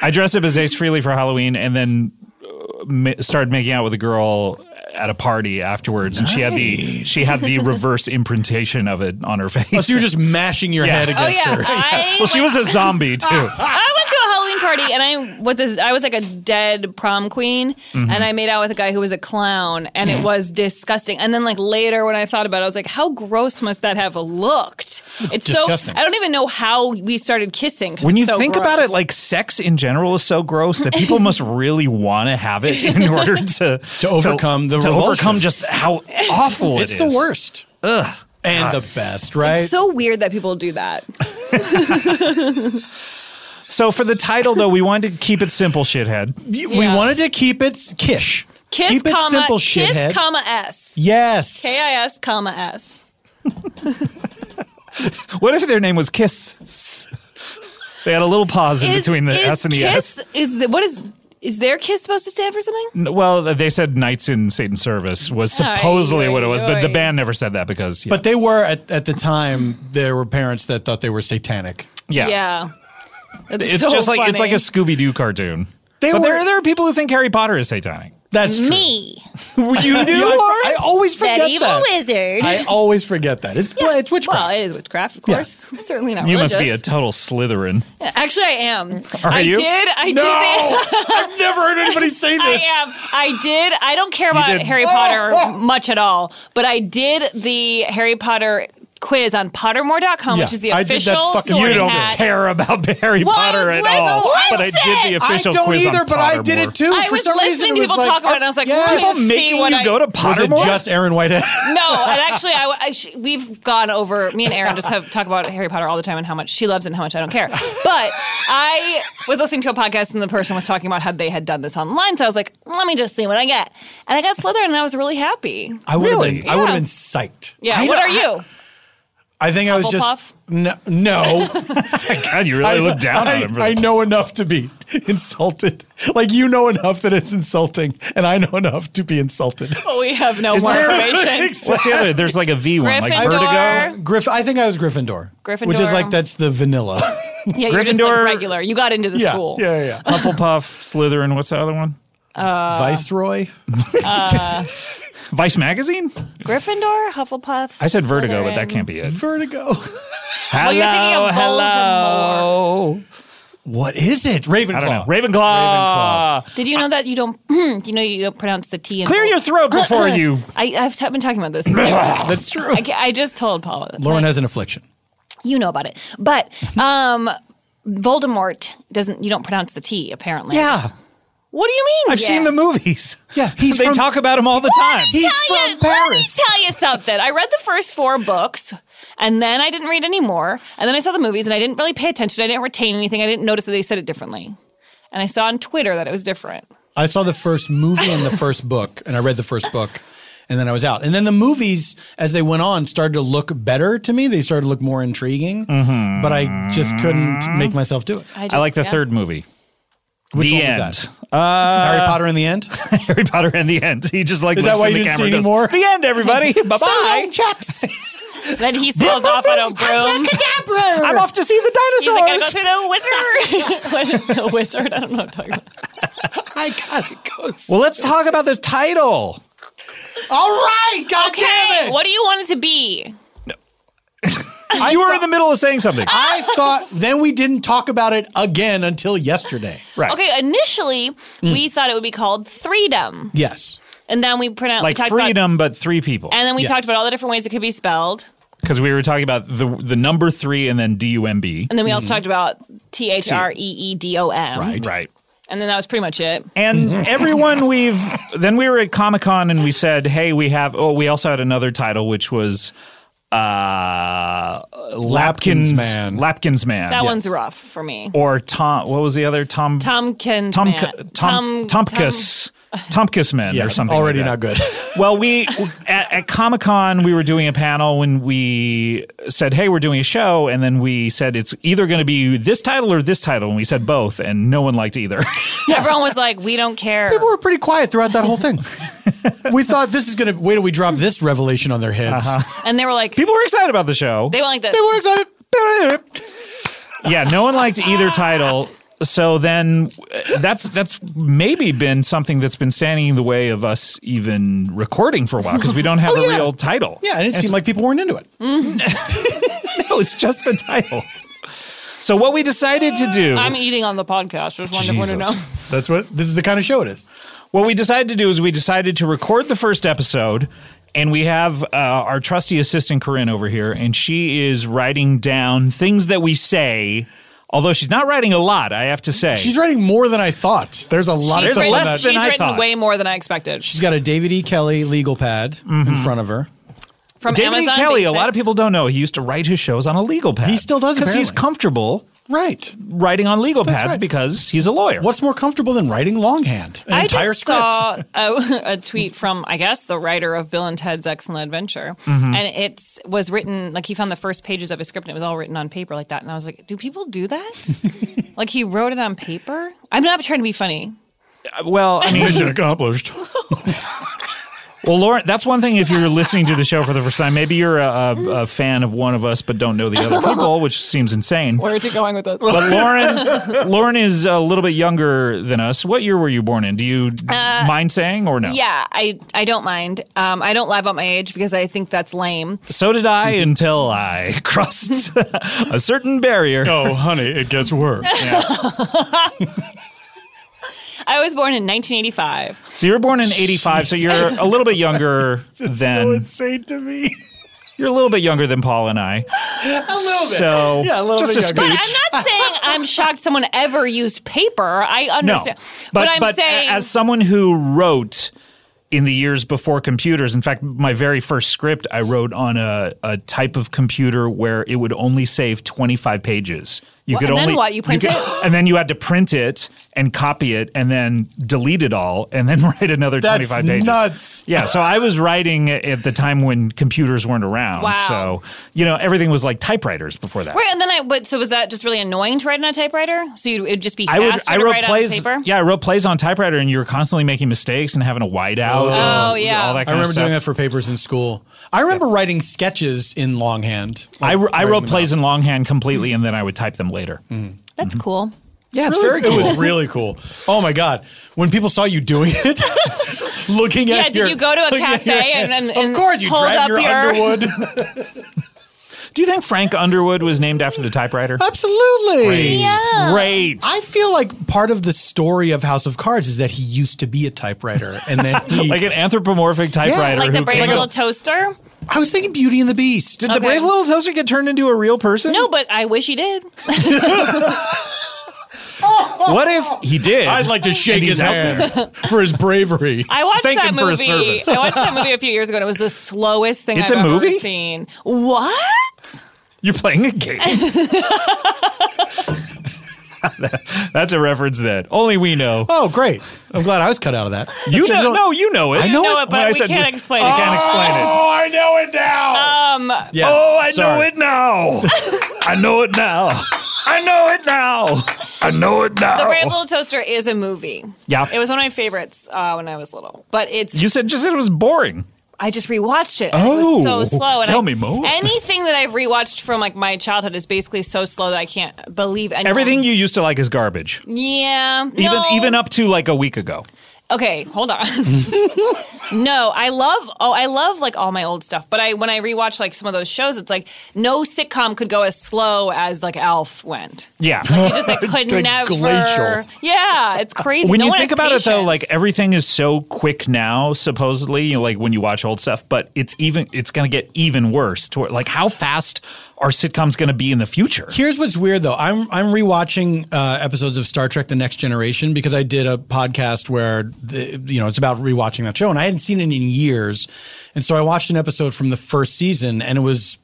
S3: I dressed up as Ace Freely for Halloween, and then uh, ma- started making out with a girl at a party afterwards, and she had the she had the reverse imprintation of it on her face.
S2: Oh, So you're just mashing your
S3: Yeah.
S2: head
S1: Oh
S2: against
S1: yeah.
S2: her.
S1: I,
S3: well, she was a zombie
S1: Oh.
S3: too.
S1: I went to a Halloween party and I was this, I was like a dead prom queen and I made out with a guy who was a clown and it was disgusting. And then like later when I thought about it, I was like, how gross must that have looked? It's
S2: Disgusting.
S1: so I don't even know how we started kissing. 'cause
S3: When
S1: it's
S3: you
S1: so
S3: think about it,
S1: gross.
S3: like sex in general is so gross that people must really want to have it in order to
S2: To overcome the
S3: to
S2: revulsion.
S3: overcome just how awful
S2: It's
S3: it
S2: the
S3: is.
S2: worst.
S3: Ugh.
S2: And the best, right?
S1: so weird that people do that.
S3: So for the title though, we wanted to keep it simple, shithead.
S2: We- We
S1: Yeah.
S2: wanted to keep it kish.
S1: Kiss
S2: keep it
S1: comma
S2: simple,
S1: kiss
S2: shithead.
S1: comma s.
S2: yes.
S1: K I S comma s.
S3: What if their name was Kiss? They had a little pause in between the
S1: is
S3: S and the S.
S1: kiss, Is the, what is is their kiss supposed to stand for something?
S3: N- Well, they said Knights in Satan's Service was
S1: Aye,
S3: supposedly what it was, but the
S1: aye.
S3: band never said that because. Yeah.
S2: But they were at, at the time. There were parents that thought they were satanic.
S3: yeah.
S1: That's
S3: It's
S1: so
S3: just like it's like
S1: funny.
S3: a Scooby Doo cartoon.
S2: They
S3: but there,
S2: were-
S3: there are people who think Harry Potter is satanic.
S2: That's true.
S1: me.
S2: You do. I, I always forget
S1: That evil
S2: that.
S1: wizard.
S2: I always forget that. It's pla- it's witchcraft.
S1: Well, it is witchcraft, of course. Certainly not
S3: You
S1: religious.
S3: must be a total Slytherin.
S1: Actually, I am.
S3: Are
S1: I
S3: you?
S1: did. I
S2: no,
S1: did.
S2: I've never heard anybody say
S1: I
S2: this.
S1: am. I did. I don't care about
S3: did.
S1: Harry Potter much at all, but I did the Harry Potter quiz on Pottermore.com,
S2: Yeah,
S1: which is the
S2: I did that
S1: official
S2: fucking
S1: sorting
S3: You don't
S1: hat.
S3: care about Harry
S1: Well, I
S3: Potter
S1: was
S3: at
S1: listening-
S3: all.
S1: I
S3: But I did the
S1: said-
S2: I
S3: official
S2: don't
S3: quiz on
S2: either, but I did
S3: Pottermore.
S2: it too.
S1: I
S2: For
S1: was
S2: some reason,
S1: listening
S2: it
S1: to
S2: was
S1: people
S2: like,
S1: talk about it, and I was like,
S2: yes.
S1: let me
S2: People
S1: see
S3: Making
S1: what
S3: you
S1: I-
S3: go to
S2: Was it
S3: Pottermore?
S2: just Aaron Whitehead?
S1: No, and actually, I, I sh- we've gone over. Me and Aaron just have talk about Harry Potter all the time and how much she loves it and how much I don't care. But I was listening to a podcast and the person was talking about how they had done this online, so I was like, let me just see what I get, and I got Slytherin, and I was really happy.
S2: I would have
S3: Really?
S2: been. I would have
S1: Yeah.
S2: been psyched.
S1: Yeah,
S3: I
S1: what
S3: don't-
S1: are you?
S2: I think I was just no, no.
S3: God, you really look down
S2: I,
S3: on him. For
S2: I
S3: that.
S2: know enough to be insulted. Like you know enough that it's insulting, and I know enough to be insulted.
S1: But Oh, we have no
S3: Is
S1: more
S3: there-
S1: information.
S3: What's the other? There's like a V one, like
S1: Gryffindor.
S3: Vertigo.
S2: Griff, I think I was Gryffindor, which is
S1: Gryffindor.
S2: like that's the vanilla.
S1: Yeah, you're just like
S3: Gryffindor-
S1: regular. You got into the
S2: yeah,
S1: school.
S2: yeah, yeah, yeah.
S3: Hufflepuff, Slytherin. What's the other one?
S2: Viceroy.
S3: Vice magazine.
S1: Gryffindor, Hufflepuff.
S3: I said Vertigo, but that
S1: Slytherin. Oh,
S3: can't be it.
S2: Vertigo.
S3: Hello,
S1: you're thinking of
S3: hello.
S2: What is it? Ravenclaw.
S3: I don't know. Ravenclaw.
S1: Did you know that you don't? do you know you don't pronounce the T? In
S3: Clear your throat before you.
S1: I, I've t- been talking about this. I,
S2: That's true.
S1: I just told Paul. that,
S2: Lauren
S1: like,
S2: has an affliction.
S1: you know about it, but um, Voldemort doesn't. You don't pronounce the T apparently.
S3: Yeah,
S1: What do you mean?
S3: I've
S1: Yeah.
S3: seen the movies.
S2: Yeah, he's
S3: they
S2: from-
S3: talk about him all the time.
S2: He's
S1: Tell
S2: from
S1: you-
S2: Paris.
S1: Let me tell you something. I read the first four books, and then I didn't read any more. And then I saw the movies, and I didn't really pay attention. I didn't retain anything. I didn't notice that they said it differently. And I saw on Twitter that it was different.
S2: I saw the first movie and the first book, and I read the first book, and then I was out. And then the movies, as they went on, started to look better to me. They started to look more intriguing,
S3: Mm-hmm.
S2: but I just couldn't make myself do it.
S1: just,
S3: I like the
S1: yeah.
S3: third movie.
S2: Which
S3: the
S2: one
S3: end.
S2: was that?
S3: Uh,
S2: Harry Potter in the end.
S3: Harry Potter and the end. He just like
S2: Is
S3: looks
S2: that why
S3: in
S2: you
S3: the
S2: didn't
S3: camera
S2: see
S3: and goes,
S2: anymore?
S3: The end, everybody. bye
S2: Bye,
S3: bye.
S2: chaps.
S1: Then he sails off on a broom.
S3: I'm off to see the
S1: He's like, I
S3: dinosaurs.
S1: go through the wizard. the wizard. I don't know what I'm talking about.
S2: I gotta go.
S3: well, let's talk about this title.
S2: All right, god damn it!
S1: What do you want it to be?
S2: I
S3: you were
S2: thought-
S3: in the middle of saying something.
S1: Uh,
S2: I thought then we didn't talk about it again until yesterday.
S3: right. Mm.
S1: Okay, initially we thought it would be called Freedom,
S2: Yes.
S1: and then we pronounced
S3: Like
S1: we talked About,
S3: freedom, but three people.
S1: and then we
S2: Yes.
S1: talked about all the different ways it could be spelled,
S3: Because we were talking about the the number three and then D U M B.
S1: and then we also talked about T H R E E D O M,
S3: Mm-hmm. Right.
S1: and then that was pretty much it.
S3: And everyone we've then we were at Comic Con and we said, hey, we have. Oh, we also had another title which was uh Lapkins
S2: Lapkins Man.
S3: Lapkins Man.
S1: That one's rough for me.
S3: or Tom. What was the other Tom?
S1: Tomkins,
S3: Tom,
S1: man.
S3: Tom, Tompkus, Tompkus men or something.
S2: Already
S3: like
S2: not
S3: that.
S2: good.
S3: Well, we at, at Comic Con we were doing a panel when we said, "Hey, we're doing a show," and then we said it's either going to be this title or this title, and we said both, and no one liked either.
S1: Tom. Everyone was like, "We don't care."
S2: People were pretty quiet throughout that whole thing. we thought this is going to wait till we drop this revelation on their heads.
S3: Uh-huh.
S1: and they were like,
S3: People were excited about the show.
S1: "They went like this."
S2: They were excited.
S3: yeah, no one liked either title. So then, uh, that's that's maybe been something that's been standing in the way of us even recording for a while because we don't have
S2: Oh,
S3: a
S2: yeah.
S3: real title.
S2: Yeah, and it seemed like people weren't into it.
S3: Mm. No, it's just the title. So what we decided to do,
S1: I'm eating on the podcast. Just wanted everyone to know.
S3: Jesus.
S2: That's what this is the kind of show it is.
S3: what we decided to do is we decided to record the first episode, and we have uh, our trusty assistant Corinne over here, and she is writing down things that we say. Although she's not writing a lot, I have to say.
S2: She's writing more than I thought. There's a lot
S1: She's
S2: of stuff
S1: written,
S2: on
S3: less
S2: that.
S1: she's
S3: than I
S1: written
S3: thought.
S1: way more than I expected.
S2: She's got a David E. Kelly legal pad in
S3: Mm-hmm.
S2: front of her.
S1: From
S3: David E.
S1: Amazon
S3: Kelly, a
S1: Basics.
S3: lot of people don't know, he used to write his shows on a legal pad.
S2: He still does,
S3: Because he's
S2: apparently.
S3: comfortable
S2: Right.
S3: writing on legal
S2: That's
S3: pads
S2: right.
S3: because he's a lawyer.
S2: What's more comfortable than writing longhand? An
S1: I
S2: entire
S1: just
S2: script.
S1: saw a, a tweet from, I guess, the writer of Bill and Ted's Excellent Adventure, and it's was written like he found the first pages of his script, and it was all written on paper like that. And I was like, "Do people do that? like he wrote it on paper? I'm not trying to be funny.
S3: Well, I mean,
S2: Mission accomplished.
S3: Well, Lauren, that's one thing. If you're listening to the show for the first time, maybe you're a, a, a fan of one of us but don't know the other people, which seems insane.
S1: Where is he going with this?
S3: But Lauren, Lauren is a little bit younger than us. What year were you born in? Do you mind saying or no?
S1: yeah, I I don't mind. Um, I don't lie about my age because I think that's lame.
S3: So did I until I crossed a certain barrier.
S2: Oh, honey, it gets worse.
S1: I was born in 1985.
S3: So you were born in '85, so you're a little bit younger than
S2: insane to me.
S3: you're a little bit younger than Paul and I.
S2: a little bit.
S3: So
S2: Yeah, a little
S3: just
S2: bit
S3: a
S2: younger.
S3: speech.
S1: But I'm not saying I'm shocked someone ever used paper. I
S3: No,
S1: understand. but, I'm
S3: but
S1: saying
S3: as someone who wrote in the years before computers, in fact, my very first script I wrote on a, a type of computer where it would only save 25 pages You
S1: Well, and then what? You print
S3: could-
S1: it?
S3: and then you had to print it and copy it, and then delete it all, and then write another
S2: That's
S3: twenty-five pages.
S2: nuts.
S3: Yeah, so I was writing at the time when computers weren't around.
S1: Wow.
S3: So you know everything was like typewriters before that.
S1: Right, and then I. But so was that just really annoying to write on a typewriter? So you'd, it'd just be
S3: I
S1: faster
S3: would. I
S1: to
S3: wrote
S1: write
S3: plays.
S1: on paper.
S3: Yeah, I wrote plays on typewriter, and you were constantly making mistakes and having a whiteout.
S1: Oh,
S3: and
S1: yeah.
S3: all that
S2: I
S3: kind
S2: remember
S3: of stuff.
S2: doing that for papers in school. I remember writing sketches in longhand. Like,
S3: I, I
S2: writing
S3: wrote
S2: them
S3: plays
S2: out.
S3: in longhand completely, and then I would type them later.
S2: Mm.
S1: That's
S3: Mm-hmm.
S1: cool.
S3: Yeah, it's,
S2: Really-
S3: very cool.
S2: It was really cool. Oh my god! When people saw you doing it, looking
S1: Yeah,
S2: at
S1: did
S2: your-
S1: you go to a
S2: looking at
S1: cafe
S2: your hand.
S1: and- and-
S2: of
S1: and
S2: course you
S1: hold
S2: grabbed
S1: up
S2: your,
S1: your-
S2: Underwood.
S3: Do you think Frank Underwood was named after the typewriter?
S2: Absolutely.
S3: Great.
S2: Oh, I feel like part of the story of House of Cards is that he used to be a typewriter, and then he,
S3: like an anthropomorphic typewriter.
S1: Like the
S3: who
S1: brave
S3: came
S1: little
S3: up-
S1: toaster.
S2: I was thinking Beauty and the Beast.
S3: Did the brave little toaster get turned into a real person?
S1: No, but I wish he did.
S3: What if he did?
S2: I'd like to shake
S3: And he's
S2: his
S3: out
S2: hand for his bravery.
S1: I watched
S3: Thank
S1: that
S3: him for his
S1: movie.
S3: service.
S1: I watched that movie a few years ago, and it was the slowest thing
S3: It's
S1: I've
S3: a movie?
S1: ever seen. What?
S3: You're playing a game. That's a reference that only we know.
S2: Oh, great! I'm glad I was cut out of that.
S3: You know, no, you know it. Oh,
S2: I know
S1: No,
S2: it,
S1: but we can't explain it.
S3: I can't explain it.
S2: I know it now. Um. Yes,
S3: Oh, I know
S2: sorry.
S3: it now. I know it now. I know it now. I know it now.
S1: The Brave Little Toaster is a movie.
S3: Oh. Yeah.
S1: It was one of my favorites uh, when I was little. But it's
S3: you said just said it was boring.
S1: I just rewatched it. And it was
S3: Oh,
S1: so slow. And
S3: tell
S1: I-
S3: me more.
S1: Anything that I've rewatched from like my childhood is basically so slow that I can't believe anyone.
S3: Everything you used to like is garbage.
S1: Yeah.
S3: Even
S1: no.
S3: even up to like a week ago.
S1: Okay, hold on. no, I love oh I love like all my old stuff, but I when I rewatch like some of those shows, it's like no sitcom could go as slow as like Alf went.
S3: Yeah.
S1: You just like could
S2: Like
S1: never.
S2: glacial.
S1: Yeah, it's crazy.
S3: when
S1: No
S3: you
S1: one
S3: think
S1: has
S3: about it though
S1: patience.
S3: like everything is so quick now supposedly you know, like when you watch old stuff but it's even it's going to get even worse to like how fast are sitcoms going to be in the future
S2: Here's what's weird though. I'm I'm rewatching uh, episodes of Star Trek: The Next Generation because I did a podcast where the, you know it's about rewatching that show, and I hadn't seen it in years, and so I watched an episode from the first season, and it was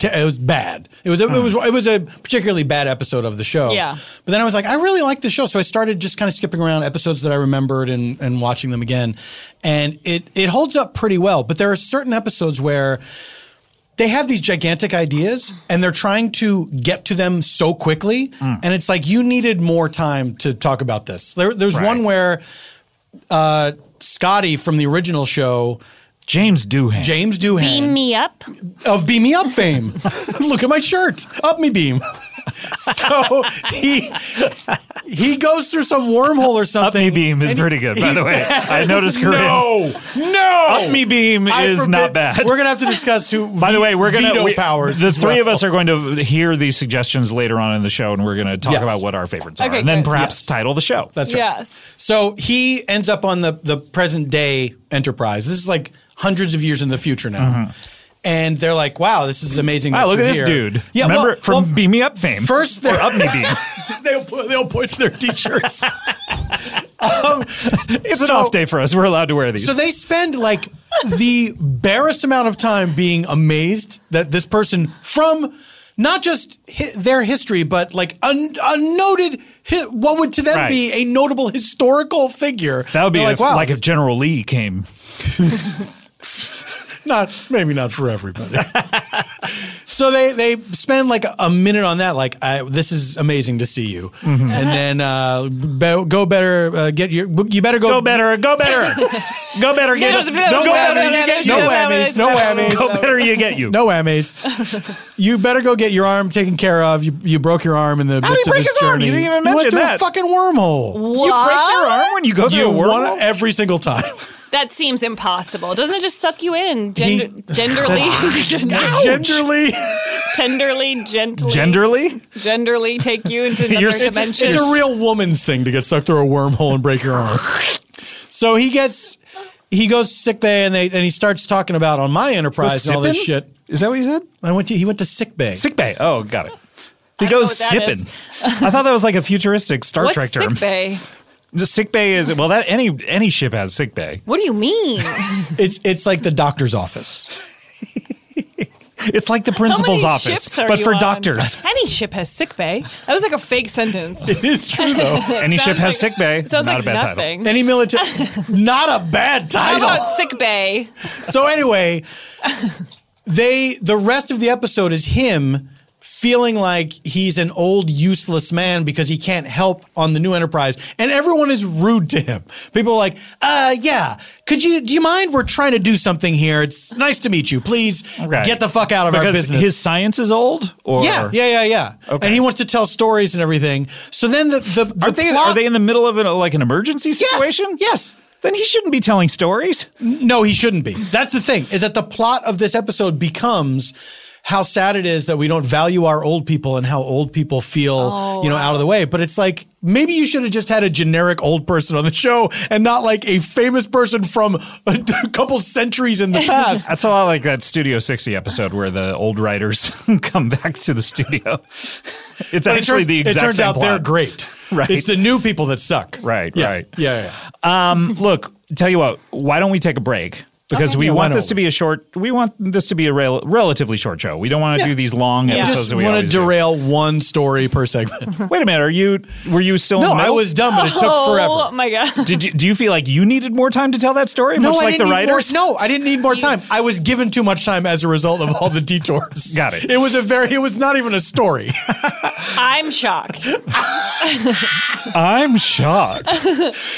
S2: te- it was bad. It was a, it was it was a particularly bad episode of the show.
S1: Yeah.
S2: But then I was like, I really like the show, so I started just kind of skipping around episodes that I remembered and and watching them again, and it it holds up pretty well. But there are certain episodes where they have these gigantic ideas and they're trying to get to them so quickly.
S3: Mm.
S2: And it's like, you needed more time to talk about this. There, there's
S3: Right.
S2: one where uh, Scotty from the original show,
S3: james doohan
S2: James Doohan
S1: beam me up.
S2: of Beam Me Up fame. Look at my shirt. Up me beam. so he he goes through some wormhole or
S3: up
S2: something.
S3: me beam is pretty good by the way i noticed Corinne.
S2: No, no.
S3: up me beam
S2: I
S3: is
S2: forbid-
S3: not bad
S2: We're gonna have to discuss who.
S3: by the way, we're gonna
S2: veto
S3: we-
S2: powers.
S3: The
S2: as
S3: three of
S2: well.
S3: us are going to hear these suggestions later on in the show, and we're going to talk
S2: Yes.
S3: about what our favorites are,
S1: Okay,
S3: and then
S1: good.
S3: perhaps title the show.
S2: That's right.
S1: Yes.
S2: So he ends up on the the present day Enterprise. This is like hundreds of years in the future now. And they're like, "Wow, this is amazing." that
S3: Mm-hmm. wow, look at
S2: you're
S3: this
S2: here."
S3: dude!
S2: Yeah,
S3: remember
S2: well-
S3: from
S2: well,
S3: Beam Me Up fame?
S2: First,
S3: or
S2: they're-
S3: Up Me Beam.
S2: they'll pu- they'll point to their t-shirts. um,
S3: It's an
S2: so-
S3: off day for us. We're allowed to wear these.
S2: So they spend like the barest amount of time being amazed that this person from not just hi- their history, but like un- a noted, hi- what would to them
S3: Right.
S2: be a notable historical figure.
S3: That would be
S2: They're
S3: if, like if General Lee came.
S2: not maybe not for everybody. so they they spend like a minute on that. Like I, this is amazing to see you,
S3: Mm-hmm.
S2: and then uh, be- go better uh, get your you better go
S3: Go better, go better, go better. Get
S1: There's a bit of-
S3: go
S2: No
S3: better, you
S2: whammies,
S3: get
S2: no
S3: you.
S2: whammies, no whammies.
S3: Go better, you get you.
S2: No whammies. you better go get your arm taken care of. You you broke your arm in the
S3: did
S2: midst
S3: he
S2: of
S3: break
S2: this
S3: his arm?
S2: journey.
S3: You didn't even
S2: You
S3: mention
S2: went through a
S3: that.
S2: fucking wormhole.
S3: You break your arm when you go through
S2: You
S3: a
S2: won
S3: wormhole.
S2: every single time.
S1: That seems impossible. Doesn't it just suck you in and
S2: He-
S1: gender, genderly,
S2: Gingerly,
S1: tenderly, gently,
S3: Genderly?
S1: genderly take you into
S3: You're-
S1: another
S3: it's- it's
S1: dimension?
S2: it's a real woman's thing to get stuck through a wormhole and break your arm. so he gets he goes to sick bay and they and he starts talking about on my enterprise and all this
S3: Sippin'?
S2: shit.
S3: Is that what you said?
S2: I went to he went to sick bay.
S3: Sick bay. Oh, got it. He
S1: don't know
S3: goes
S1: what that
S3: sipping.
S1: is.
S3: I thought that was like a futuristic Star
S1: What's
S3: Trek
S1: sick
S3: term.
S1: bay?
S3: Just sick bay is well that any any ship has sick bay.
S1: What do you mean?
S2: It's it's like the doctor's office.
S3: It's like the principal's
S6: many
S3: office,
S6: ships are
S3: but
S6: you
S3: for
S6: on?
S3: doctors.
S6: Any ship has sick bay. That was like a fake sentence.
S2: It is true though.
S3: Any ship has sick bay.
S6: It sounds
S3: not
S6: like
S3: a bad title.
S6: nothing.
S2: Any military, not a bad
S6: How
S2: title.
S6: about sick bay?
S2: So anyway, they the rest of the episode is him feeling like he's an old useless man because he can't help on the new enterprise and everyone is rude to him people are like uh yeah could you do you mind we're trying to do something here it's nice to meet you please
S3: Okay.
S2: get the fuck out of our
S3: Because
S2: business
S3: his science is old, or
S2: yeah yeah yeah yeah
S3: Okay.
S2: and he wants to tell stories and everything so then the the, the
S3: Are they
S2: plot-
S3: are they in the middle of an, like an emergency situation?
S2: yes
S3: Then he shouldn't be telling stories.
S2: No, he shouldn't be. That's the thing, is that the plot of this episode becomes how sad it is that we don't value our old people and how old people feel, you know, out of the way. But it's like maybe you should have just had a generic old person on the show and not like a famous person from a couple centuries in the past.
S3: That's a lot like that Studio 60 episode where the old writers come back to the studio. It's
S2: But it
S3: actually
S2: turns,
S3: the exact
S2: it turns
S3: same
S2: out they're
S3: plot.
S2: great.
S3: Right.
S2: It's the new people that suck.
S3: Right,
S2: Yeah.
S3: right.
S2: Yeah, yeah. yeah.
S3: Um, look, tell you what, why don't we take a break? Because we
S2: Yeah, why
S3: want
S2: don't
S3: this to
S2: we?
S3: be a short, we want this to be a rel- relatively short show. We don't want to
S2: Yeah.
S3: do these long
S2: I
S3: episodes
S2: just
S3: that we
S2: want
S3: always
S2: to
S3: do. Oh,
S2: derail one story per segment.
S3: Wait a minute, are you, were you still in
S2: no,
S3: the
S2: I
S3: middle?
S2: was dumb, but it took
S6: Oh
S2: forever.
S6: my god.
S3: Did you, do you feel like you needed more time to tell that story?
S2: No,
S3: much
S2: I
S3: like
S2: didn't
S3: the
S2: need more-
S3: writers?
S2: no, I didn't need more time. I was given too much time as a result of all the detours.
S3: Got it.
S2: It was a very. It was not even a story.
S6: I'm shocked.
S3: I'm shocked.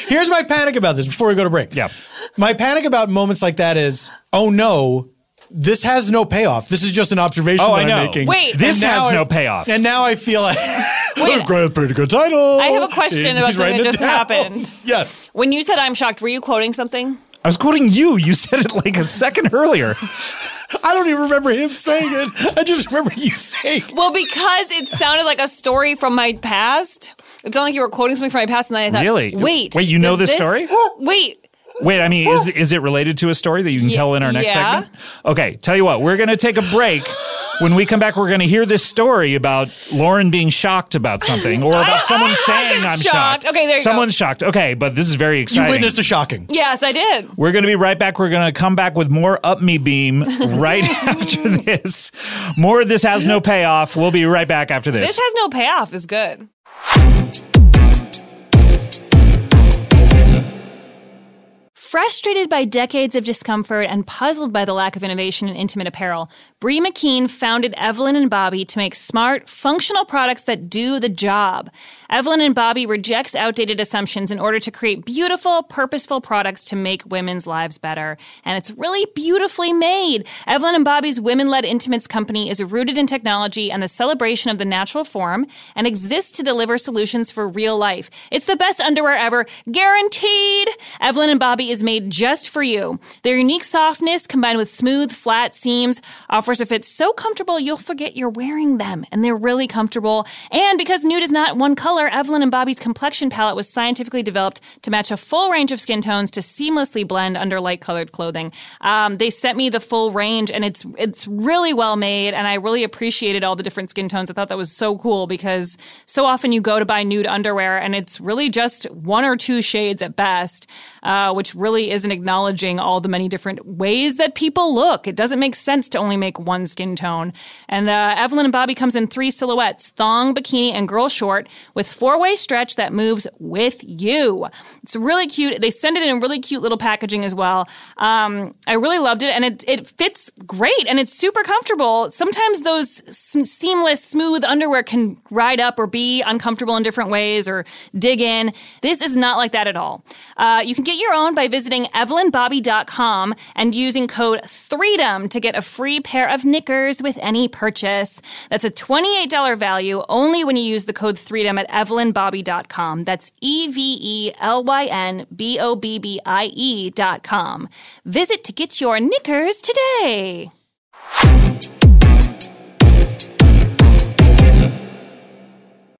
S2: Here's my panic about this. Before we go to break,
S3: Yeah.
S2: my panic about moments like that is, oh no. This has no payoff. This is just an observation
S3: Oh,
S2: that
S3: I know.
S2: am making.
S6: Wait.
S2: And
S3: This
S2: now
S3: has
S2: I-
S3: no payoff.
S2: And now I feel like
S6: Wait.
S2: great, pretty good title.
S6: I have a question
S2: He's
S6: about something
S2: writing
S6: that
S2: it
S6: just
S2: down.
S6: happened.
S2: Yes.
S6: When you said I'm shocked, were you quoting something?
S3: I was quoting you. You said it like a second earlier.
S2: I don't even remember him saying it. I just remember you saying it.
S6: Well, because it sounded like a story from my past. It sounded like you were quoting something from my past, and then I thought,
S3: Really?
S6: wait,
S3: Wait, you know
S6: does
S3: this story?
S6: Wait,
S3: Wait, I mean, is is it related to a story that you can tell in our next
S6: yeah.
S3: segment? Okay, tell you what, we're gonna take a break. When we come back, we're gonna hear this story about Lauren being shocked about something, or about someone saying
S6: wasn't
S3: I'm shocked.
S6: shocked." Okay, there you go.
S3: Someone's shocked. Okay, but this is very
S2: You
S3: exciting.
S2: witnessed a shocking.
S6: yes, I did.
S3: we're gonna be right back. We're gonna come back with more Up Me Beam right after this. More of this has no payoff. We'll be right back after this.
S6: This has no payoff. Is good.
S1: Frustrated by decades of discomfort and puzzled by the lack of innovation in intimate apparel, Bree McKean founded Evelyn and Bobby to make smart, functional products that do the job. Evelyn and Bobby rejects outdated assumptions in order to create beautiful, purposeful products to make women's lives better. And it's really beautifully made. Evelyn and Bobby's women led intimates company is rooted in technology and the celebration of the natural form and exists to deliver solutions for real life. It's the best underwear ever, guaranteed. Evelyn and Bobby is made just for you. Their unique softness combined with smooth, flat seams offers a fit so comfortable you'll forget you're wearing them. And they're really comfortable. And because nude is not one color, Evelyn and Bobby's complexion palette was scientifically developed to match a full range of skin tones to seamlessly blend under light colored clothing. Um, they sent me the full range and it's it's really well made and I really appreciated all the different skin tones. I thought that was so cool because so often you go to buy nude underwear and it's really just one or two shades at best, uh, which really isn't acknowledging all the many different ways that people look. It doesn't make sense to only make one skin tone. And uh, Evelyn and Bobby comes in three silhouettes: thong, bikini, and girl short, with four-way stretch that moves with you. It's really cute. They send it in really cute little packaging as well. Um, I really loved it, and it it fits great, and it's super comfortable. Sometimes those s- seamless, smooth underwear can ride up or be uncomfortable in different ways or dig in. This is not like that at all. Uh, you can get your own by visiting evelynbobby.com and using code THREEDOM to get a free pair of knickers with any purchase. That's a $28 value only when you use the code THREEDOM at evelynbobby.com. That's E V E L Y N B O B B I E dot com. Visit to get your knickers today.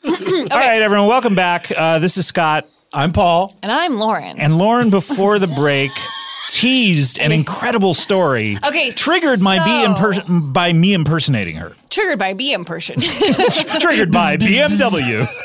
S3: All right, everyone, welcome back. Uh, this is Scott.
S2: I'm Paul.
S6: And I'm Lauren.
S3: And Lauren, before the break, teased an incredible story.
S6: Okay,
S3: triggered my
S6: so-
S3: B imper- by me impersonating her.
S6: Triggered by BM person.
S3: Triggered by BMW.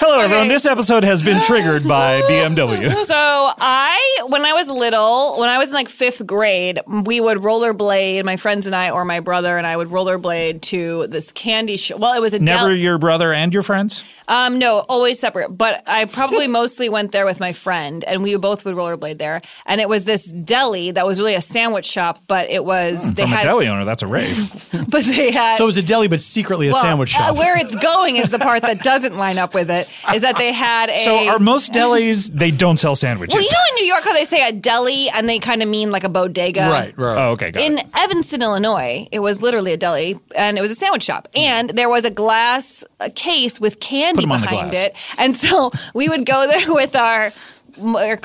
S3: Hello, everyone.
S1: Okay.
S3: This episode has been triggered by BMW.
S1: So I, when I was little, when I was in like fifth grade, we would rollerblade. My friends and I, or my brother and I, would rollerblade to this candy shop. Well, it was a
S3: Never
S1: Del-
S3: your brother and your friends?
S1: um, no, always separate. But I probably mostly went there with my friend, and we both would rollerblade there. And it was this deli that was really a sandwich shop, but it was they
S3: Hmm, From a
S1: had,
S3: deli owner, that's a rave.
S1: but they had
S2: So it was a deli, but secretly a
S1: well,
S2: sandwich
S1: uh,
S2: shop.
S1: where it's going is the part that doesn't line up with it. Is that they had a
S3: so are most delis, they don't sell sandwiches.
S1: well, you know, in New York, how they say a deli, and they kind of mean like a bodega,
S2: right, right.
S3: oh, okay, got
S1: in
S3: it.
S1: Evanston, Illinois, it was literally a deli and it was a sandwich shop. And there was a glass uh case with candy
S3: Hmm. 'em on the
S1: behind
S3: glass.
S1: it. And so we would go there with our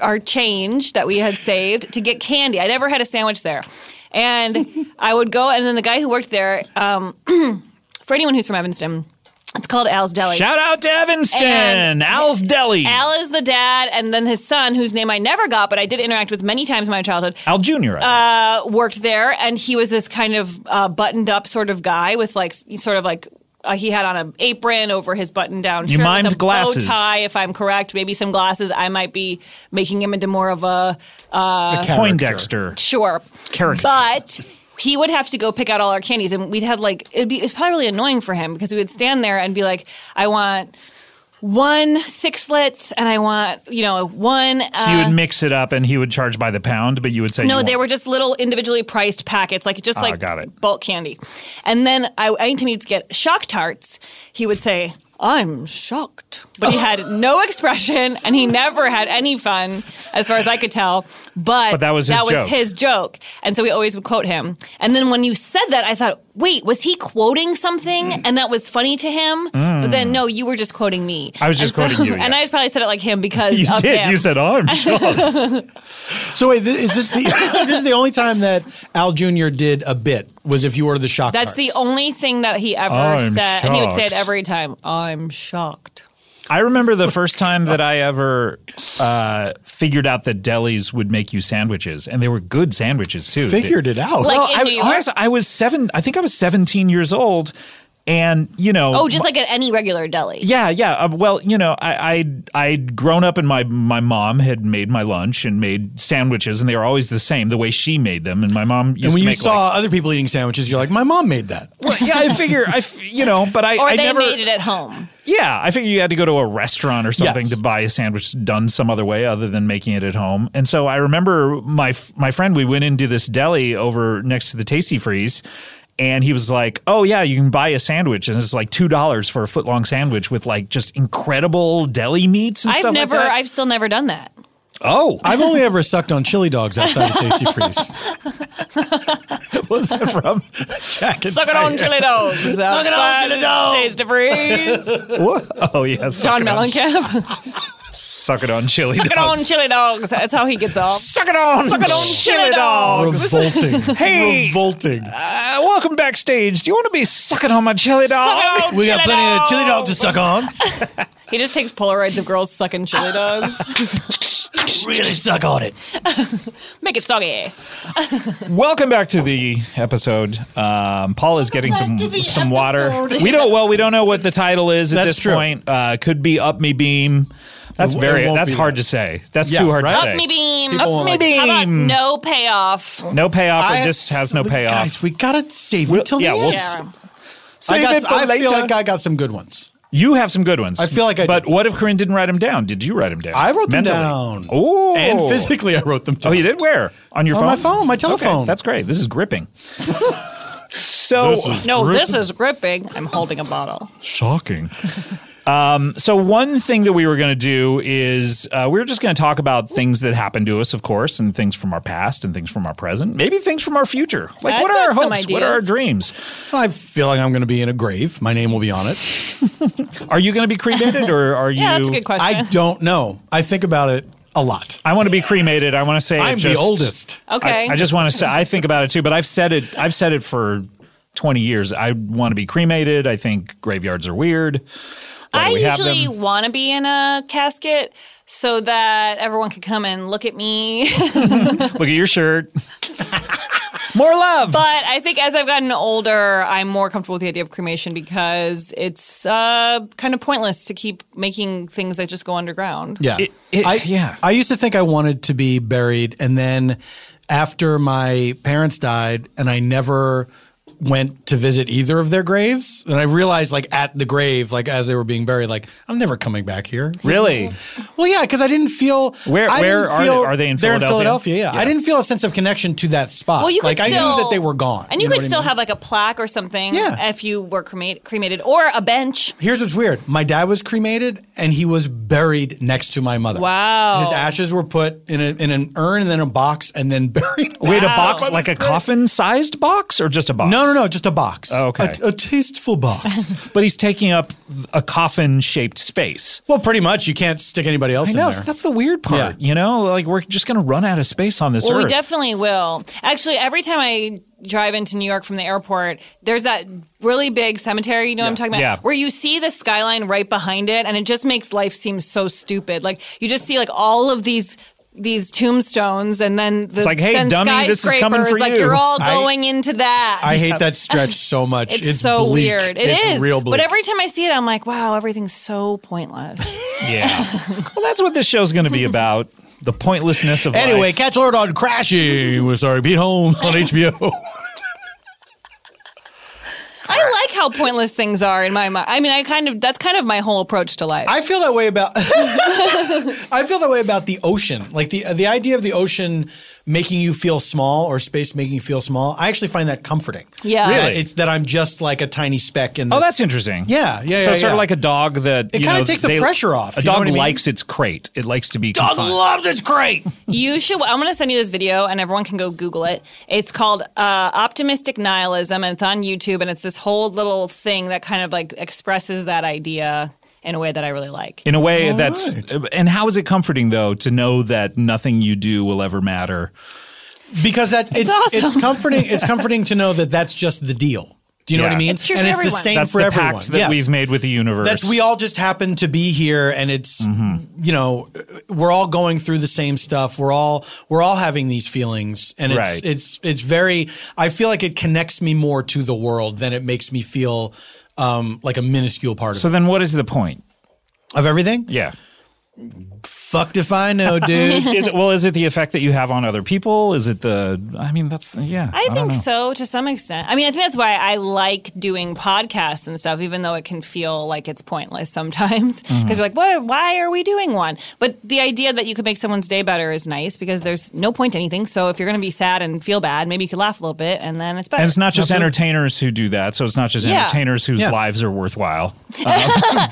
S1: our change that we had saved to get candy. I never had a sandwich there. And I would go and then the guy who worked there um, for anyone who's from Evanston, it's called Al's Deli.
S3: Shout out to Evanston,
S1: And-
S3: Al's Deli. Al,
S1: Al is the dad, and then his son, whose name I never got, but I did interact with many times in my childhood,
S3: Jr. I
S1: uh, worked there, and he was this kind of uh, buttoned up sort of guy with like s- sort of like. Uh, he had on an apron over his button-down
S3: You
S1: shirt
S3: mimed
S1: with a
S3: glasses.
S1: bow tie, if I'm correct. Maybe some glasses. I might be making him into more of a
S2: A
S1: Uh,
S2: character.
S3: think. Poindexter.
S1: sure
S3: Caricature.
S1: but he would have to go pick out all our candies, and we'd have like it'd be it's probably really annoying for him because we would stand there and be like, I want one sixlets, and I want you know one. Uh,
S3: So you would mix it up and he would charge by the pound, but you would say
S1: No,
S3: you
S1: they
S3: want-
S1: were just little individually priced packets, like just
S3: Ah,
S1: like
S3: got it.
S1: bulk candy. And then I, anytime he'd get shock tarts, he would say, "I'm shocked," but he had no expression, and he never had any fun, as far as I could tell. But,
S3: But that was his joke.
S1: his joke, and so we always would quote him. And then when you said that, I thought, "Wait, was he quoting something?"
S3: Mm.
S1: And that was funny to him. But then, no, you were just quoting me.
S3: I was just
S1: And so-
S3: quoting you, yeah.
S1: and I probably said it like him because
S3: You
S1: of
S3: did.
S1: him.
S3: You said, "Oh, I'm shocked."
S2: So wait, this, is this the this is the only time that Al Jr. did a bit was if you ordered the shock.
S1: That's the
S2: tarts.
S1: only thing that he ever
S3: I'm
S1: said, and he would say it
S3: shocked.
S1: every time. I'm shocked.
S3: I remember the first time that I ever uh, figured out that delis would make you sandwiches, and they were good sandwiches too.
S2: figured it out.
S1: Like-
S3: Well,
S1: in
S3: I,
S1: New York?
S3: honestly, I was seven. I think I was seventeen years old, and you know,
S1: Oh, just like at any regular deli.
S3: Yeah, yeah. Uh, well, you know, I I'd, I'd grown up and my my mom had made my lunch and made sandwiches, and they were always the same the way she made them. And my mom used
S2: and when
S3: to
S2: you
S3: make,
S2: saw other people eating sandwiches, you're like, my mom made that.
S3: like- yeah, I figure I f- you know, but I
S1: Or
S3: I
S1: they
S3: never
S1: made it at home.
S3: yeah, I figure you had to go to a restaurant or something
S2: Yes.
S3: to buy a sandwich done some other way other than making it at home. And so I remember my f- my friend we went into this deli over next to the Tasty Freeze. And he was like, "Oh yeah, you can buy a sandwich, and it's like two dollars for a foot long sandwich with like just incredible deli meats and
S1: I've
S3: stuff
S1: never,
S3: like that."
S1: I've still never done that.
S3: Oh,
S2: I've only ever sucked on chili dogs outside of Tasty Freeze.
S3: was that from?
S2: Jack and
S1: Suck it on chili dogs. Suck it
S2: on chili dogs.
S1: Taste of freeze.
S3: What? Oh yeah, suck
S1: John
S3: it on,
S1: Mellencamp.
S3: suck it on chili.
S1: Suck it on
S3: dogs.
S1: chili dogs. That's how he gets off.
S3: Suck it on. Suck
S1: it on chili dogs.
S2: Revolting.
S3: Hey.
S2: Revolting.
S3: Uh, welcome backstage. Do you want to be sucking on my chili dog?
S1: Suck it on chili dogs.
S2: dogs to suck on.
S1: He just takes Polaroids of girls sucking chili dogs.
S2: Really suck on it.
S1: Make it soggy.
S3: Welcome back to the episode. Um, Paul is getting some some water. We don't. Well, we don't know what the title is at
S2: That's
S3: this
S2: true.
S3: point. Uh, could be up me beam. That's
S2: It w-
S3: very.
S2: it won't
S3: That's
S2: be
S3: hard
S2: that.
S3: to say. That's
S2: Yeah,
S3: too hard
S2: right?
S3: to
S2: Up
S3: say.
S1: Up me beam.
S2: People won't
S1: Up
S2: like
S1: How about
S3: beam.
S1: no payoff?
S3: No payoff. it just has no payoff.
S2: Guys, we gotta save
S3: We'll-
S2: until
S3: yeah,
S2: the
S3: we'll
S2: end.
S3: s-
S1: Yeah.
S2: I,
S3: Save it
S2: got,
S3: for
S2: I
S3: later.
S2: feel like I got some good ones.
S3: You have some good ones.
S2: I feel like I
S3: But
S2: do.
S3: what if Corinne didn't write them down? Did you write them down?
S2: I wrote them
S3: Mentally?
S2: down.
S3: Oh,
S2: And physically, I wrote them down.
S3: Oh, you did where? On your
S2: On
S3: phone?
S2: my phone, my
S3: Okay,
S2: telephone.
S3: that's great. This is gripping. so
S1: No, this is gripping. I'm holding a bottle.
S3: shocking. Um, so one thing that we were going to do is uh, we were just going to talk about things that happened to us, of course, and things from our past and things from our present, maybe things from our future. Like,
S1: I've
S3: what are
S1: got
S3: our
S1: some
S3: hopes? What are our
S1: ideas.
S3: dreams?
S2: I feel like I'm going to be in a grave. My name will be on it.
S3: Are you going to be cremated, or are you?
S1: Yeah, that's a good question.
S2: I don't know. I think about it a lot.
S3: I want to be cremated. I want to say it
S2: I'm
S3: just-
S2: the oldest.
S1: okay.
S3: I, I just want to say I think about it too, but I've said it. I've said it for twenty years. I want to be cremated. I think graveyards are weird. Why
S1: I
S3: do we have
S1: usually
S3: them?
S1: want to be in a casket so that everyone could come and look at me.
S3: look at your shirt. More love.
S1: But I think as I've gotten older, I'm more comfortable with the idea of cremation because it's uh, kind of pointless to keep making things that just go underground.
S2: Yeah.
S3: It- it-
S2: I,
S3: yeah.
S2: I used to think I wanted to be buried. And then after my parents died, and I never went to visit either of their graves, and I realized, like, at the grave, like, as they were being buried, like, I'm never coming back here.
S3: Really?
S2: Well, yeah, because I didn't feel.
S3: Where-
S2: I
S3: where
S2: didn't
S3: are they? Are they in
S2: They're
S3: Philadelphia?
S2: Philadelphia, yeah. I
S3: Yeah.
S2: didn't feel a sense of connection to that spot.
S1: Well, you
S2: like,
S1: could
S2: I
S1: still-
S2: knew that they were gone.
S1: And you,
S2: know
S1: could
S2: what I
S1: still
S2: mean?
S1: have like a plaque or something
S2: Yeah.
S1: if you were cremate- cremated or a bench.
S2: Here's what's weird. My dad was cremated and he was buried next to my mother.
S1: Wow.
S2: His ashes were put in, a, in an urn and then a box and then buried.
S3: Wait, a
S1: Wow.
S3: box like a coffin-sized box or just a box?
S2: No, no, no, just a box.
S3: Oh, okay.
S2: A, a tasteful box.
S3: But he's taking up a coffin-shaped space.
S2: well, pretty much. You can't stick anybody else
S3: I know
S2: in there.
S3: that's the weird part.
S2: Yeah.
S3: You know, like we're just gonna run out of space on this
S1: Well,
S3: earth.
S1: we definitely will. Actually, every time I drive into New York from the airport, there's that really big cemetery, you know what I'm talking about?
S3: Yeah.
S1: Where you see the skyline right behind it, and it just makes life seem so stupid. Like, you just see, like, all of these. These tombstones, and then the
S3: It's like, hey,
S1: then
S3: dummy, this is coming for
S1: skyscrapers, like
S3: you.
S1: are all
S2: I-
S1: going into that.
S2: I hate that stretch so much.
S1: It's, so
S2: bleak.
S1: weird. It
S2: it's
S1: is.
S2: real
S1: But
S2: bleak.
S1: every time I see it, I'm like, wow, everything's so pointless.
S3: yeah. well, that's what this show's gonna be about: the pointlessness of life.
S2: anyway, catch alert on Crashing. We're sorry, Beat Home on HBO.
S1: I like how pointless things are in my mind. I mean, I kind of that's kind of my whole approach to life.
S2: I feel that way about. I feel that way about the ocean. Like the the idea of the ocean making you feel small or space making you feel small. I actually find that comforting.
S1: yeah.
S3: Really?
S2: That it's that I'm just like a tiny speck in. This.
S3: Oh, that's interesting.
S2: Yeah, yeah,
S3: So
S2: yeah,
S3: it's sort
S2: yeah.
S3: of like a dog that
S2: It
S3: you
S2: kinda
S3: know,
S2: takes the
S3: they-
S2: pressure off,
S3: A
S2: you know
S3: dog
S2: what I mean?
S3: likes its crate. It likes to be.
S2: Dog
S3: confined.
S2: loves it's great.
S1: You should. I'm going to send you this video, and everyone can go Google it. It's called uh, "Optimistic Nihilism," and it's on YouTube. And it's this whole little thing that kind of like expresses that idea in a way that I really like.
S3: In a way, that's and how is it comforting though to know that nothing you do will ever matter?
S2: because that's it's
S1: awesome.
S2: it's comforting. It's comforting to know that that's just the deal. Do you know
S3: Yeah.
S2: what I mean?
S1: It's true
S2: and
S1: for
S2: it's the
S1: everyone.
S2: same
S3: That's
S2: for
S3: the
S2: everyone.
S3: pact that
S2: Yes.
S3: we've made with the universe. Mm-hmm.
S2: That's we all just happen to be here, and it's you know we're all going through the same stuff. We're all we're all having these feelings, and it's
S3: Right.
S2: it's it's very. I feel like it connects me more to the world than it makes me feel um, like a minuscule part of,
S3: So
S2: it.
S3: then, what is the point?
S2: of everything.
S3: Yeah.
S2: Fucked if I know, dude.
S3: is it well? Is it the effect that you have on other people? Is it the? I mean, that's yeah.
S1: I
S3: don't
S1: think
S3: know.
S1: so to some extent. I mean, I think that's why I like doing podcasts and stuff, even though it can feel like it's pointless sometimes. Because
S3: Mm-hmm.
S1: you're like, what, why are we doing one? But the idea that you could make someone's day better is nice because there's no point to anything. So if you're going to be sad and feel bad, maybe you could laugh a little bit and then it's better.
S3: And it's not just
S2: Absolutely.
S3: entertainers who do that. So it's not just
S1: Yeah.
S3: entertainers whose
S2: Yeah.
S3: lives are worthwhile.
S1: well, no, I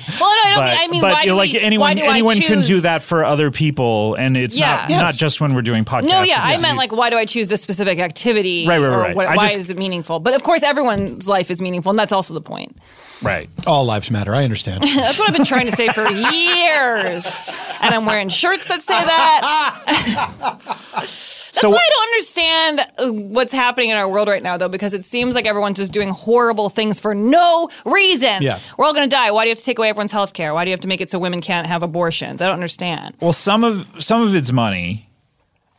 S1: don't
S3: but
S1: mean, I mean,
S3: but
S1: why
S3: you know,
S1: do
S3: like
S1: we-
S3: anyone,
S1: why do I
S3: anyone can do
S1: choose-
S3: that for other people, and it's
S1: Yeah.
S3: not
S1: Yes.
S3: not just when we're doing podcasts.
S1: No, yeah, I
S3: It's-
S1: meant like, why do I choose this specific activity?
S3: Right, right, right,
S1: or
S3: right.
S1: What,
S3: I
S1: why
S3: just-
S1: is it meaningful? But of course, everyone's life is meaningful, and that's also the point.
S3: right.
S2: all lives matter. I understand.
S1: That's what I've been trying to say for years. And I'm wearing shirts that say that.
S3: so
S1: That's why I don't understand uh, what's happening in our world right now, though, because it seems like everyone's just doing horrible things for no reason.
S2: Yeah.
S1: We're all going to die. Why do you have to take away everyone's health care? Why do you have to make it so women can't have abortions? I don't understand.
S3: Well, some of some of it's money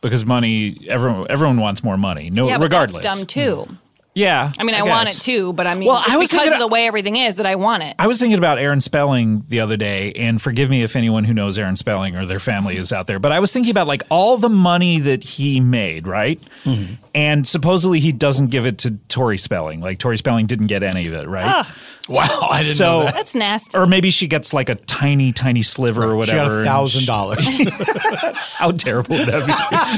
S3: because money everyone everyone wants more money. No,
S1: yeah, but
S3: regardless.
S1: That's
S3: Hmm.
S1: dumb, too.
S3: Yeah,
S1: I mean, I, want it
S3: guess.
S1: too, but I mean,
S3: Well,
S1: it's
S3: I was
S1: because
S3: thinking
S1: of the
S3: of-
S1: way everything is that I want it.
S3: I was thinking about Aaron Spelling the other day, and forgive me if anyone who knows Aaron Spelling or their family is out there, but I was thinking about like all the money that he made, right?
S2: Mm-hmm.
S3: And supposedly he doesn't give it to Tori Spelling. Like Tori Spelling didn't get any of it, right?
S2: wow, I didn't know
S3: so,
S2: that.
S1: That's nasty.
S3: or maybe she gets like a tiny, tiny sliver or
S2: She got
S3: whatever.
S2: a
S3: and
S2: thousand dollars.
S3: How terrible would that be?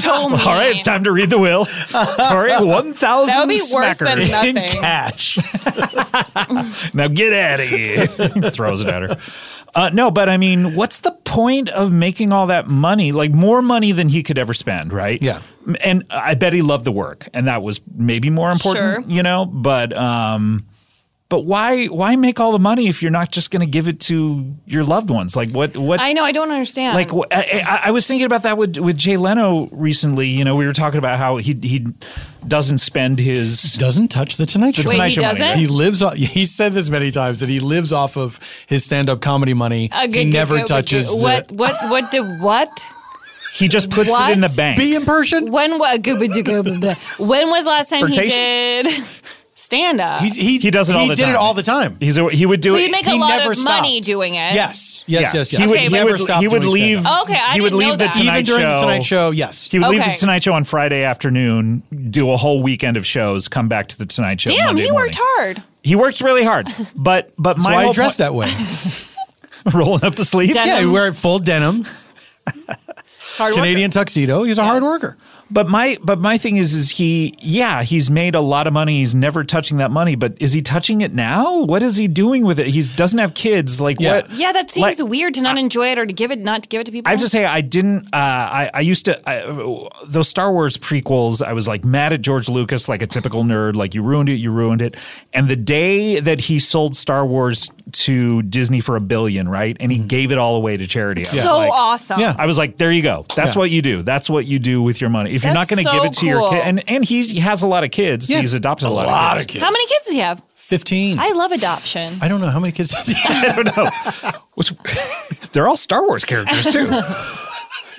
S1: so mean.
S3: All right, it's time to read the will. Tori, one thousand.
S1: That would be worse than
S2: in
S1: Nothing.
S2: cash.
S3: Now get out of here. Throws it at her. Uh, no, but I mean, what's the point of making all that money? Like more money than he could ever spend, right?
S2: Yeah.
S3: M- And I bet he loved the work, and that was maybe more important,
S1: Sure.
S3: you know. But um, but why why make all the money if you're not just going to give it to your loved ones? Like what what
S1: I know. I don't understand.
S3: like wh- I, I- I was thinking about that with with Jay Leno recently. You know, we were talking about how he he doesn't spend his
S2: Doesn't touch the Tonight Show.
S3: Wait,
S1: Wait,
S3: Tonight
S1: he
S3: Show money,
S1: doesn't?
S3: right?
S2: He lives off. He said this many times that he lives off of his stand-up comedy money.
S1: A
S2: he
S1: good-
S2: never
S1: good- good-
S2: touches.
S1: good-
S2: the-
S1: what what what did what
S3: He just puts it in the
S1: What?
S3: bank.
S2: Be in person.
S1: When was when was the last time he
S3: Flirtation?
S1: did stand up?
S2: He, he,
S3: He does it all
S2: he
S3: the
S2: did
S3: time.
S2: it all the time.
S3: He's a, he would do
S1: so
S3: it.
S1: he'd make a
S2: he
S1: lot
S2: never
S1: of money
S2: stopped.
S1: doing it.
S2: Yes, yes, yes, yes.
S3: He would, he
S2: never
S3: would,
S2: stopped
S3: he would
S2: doing
S3: leave.
S2: stand-up. Oh,
S1: Okay, I
S3: he would
S1: didn't
S3: leave
S1: know
S3: the
S1: that.
S3: Tonight
S2: even during
S3: show.
S2: the Tonight Show. Yes,
S3: He would leave the
S1: Okay.
S3: Tonight Show on Friday afternoon, do a whole weekend of shows, come back to the Tonight Show.
S1: Damn,
S3: Monday
S1: he worked
S3: morning.
S1: hard.
S3: He works really hard, but but my
S2: that's why
S3: whole
S2: he dressed
S3: point-
S2: that way.
S3: rolling up the sleeves.
S2: yeah, he wear full denim,
S1: Hard worker.
S2: Canadian tuxedo. He's a hard worker.
S3: But my but my thing is is he yeah he's made a lot of money he's never touching that money but is he touching it now what is he doing with it he doesn't have kids like
S2: Yeah.
S3: what
S1: Yeah, that seems
S3: Like-
S1: weird to not enjoy it or to give it not to give it to people.
S3: I have to say, I didn't. Uh, I I used to I, those Star Wars prequels. I was like mad at George Lucas, like a typical nerd. Like you ruined it, you ruined it. And the day that he sold Star Wars to Disney for a billion, right? And he gave it all away to charity. I was
S1: so
S3: like-
S1: awesome.
S2: Yeah.
S3: I was like, there you go. That's
S2: Yeah.
S3: what you do. That's what you do with your money. If you're not
S1: That's
S3: going to
S1: so
S3: give it to your
S1: cool.
S3: kid, and and he's, he has a lot of kids.
S2: Yeah.
S3: He's adopted a, lot, of kids.
S1: How many kids does he have?
S2: Fifteen.
S1: I
S2: I,
S1: love adoption.
S2: don't know how many kids. Does he have?
S3: I don't know. What's- they're all Star Wars characters too.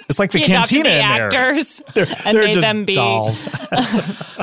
S3: It's like the
S1: he adopted the
S3: cantina in there.
S1: actors and
S2: They're
S1: made
S2: just
S1: them be.
S2: dolls.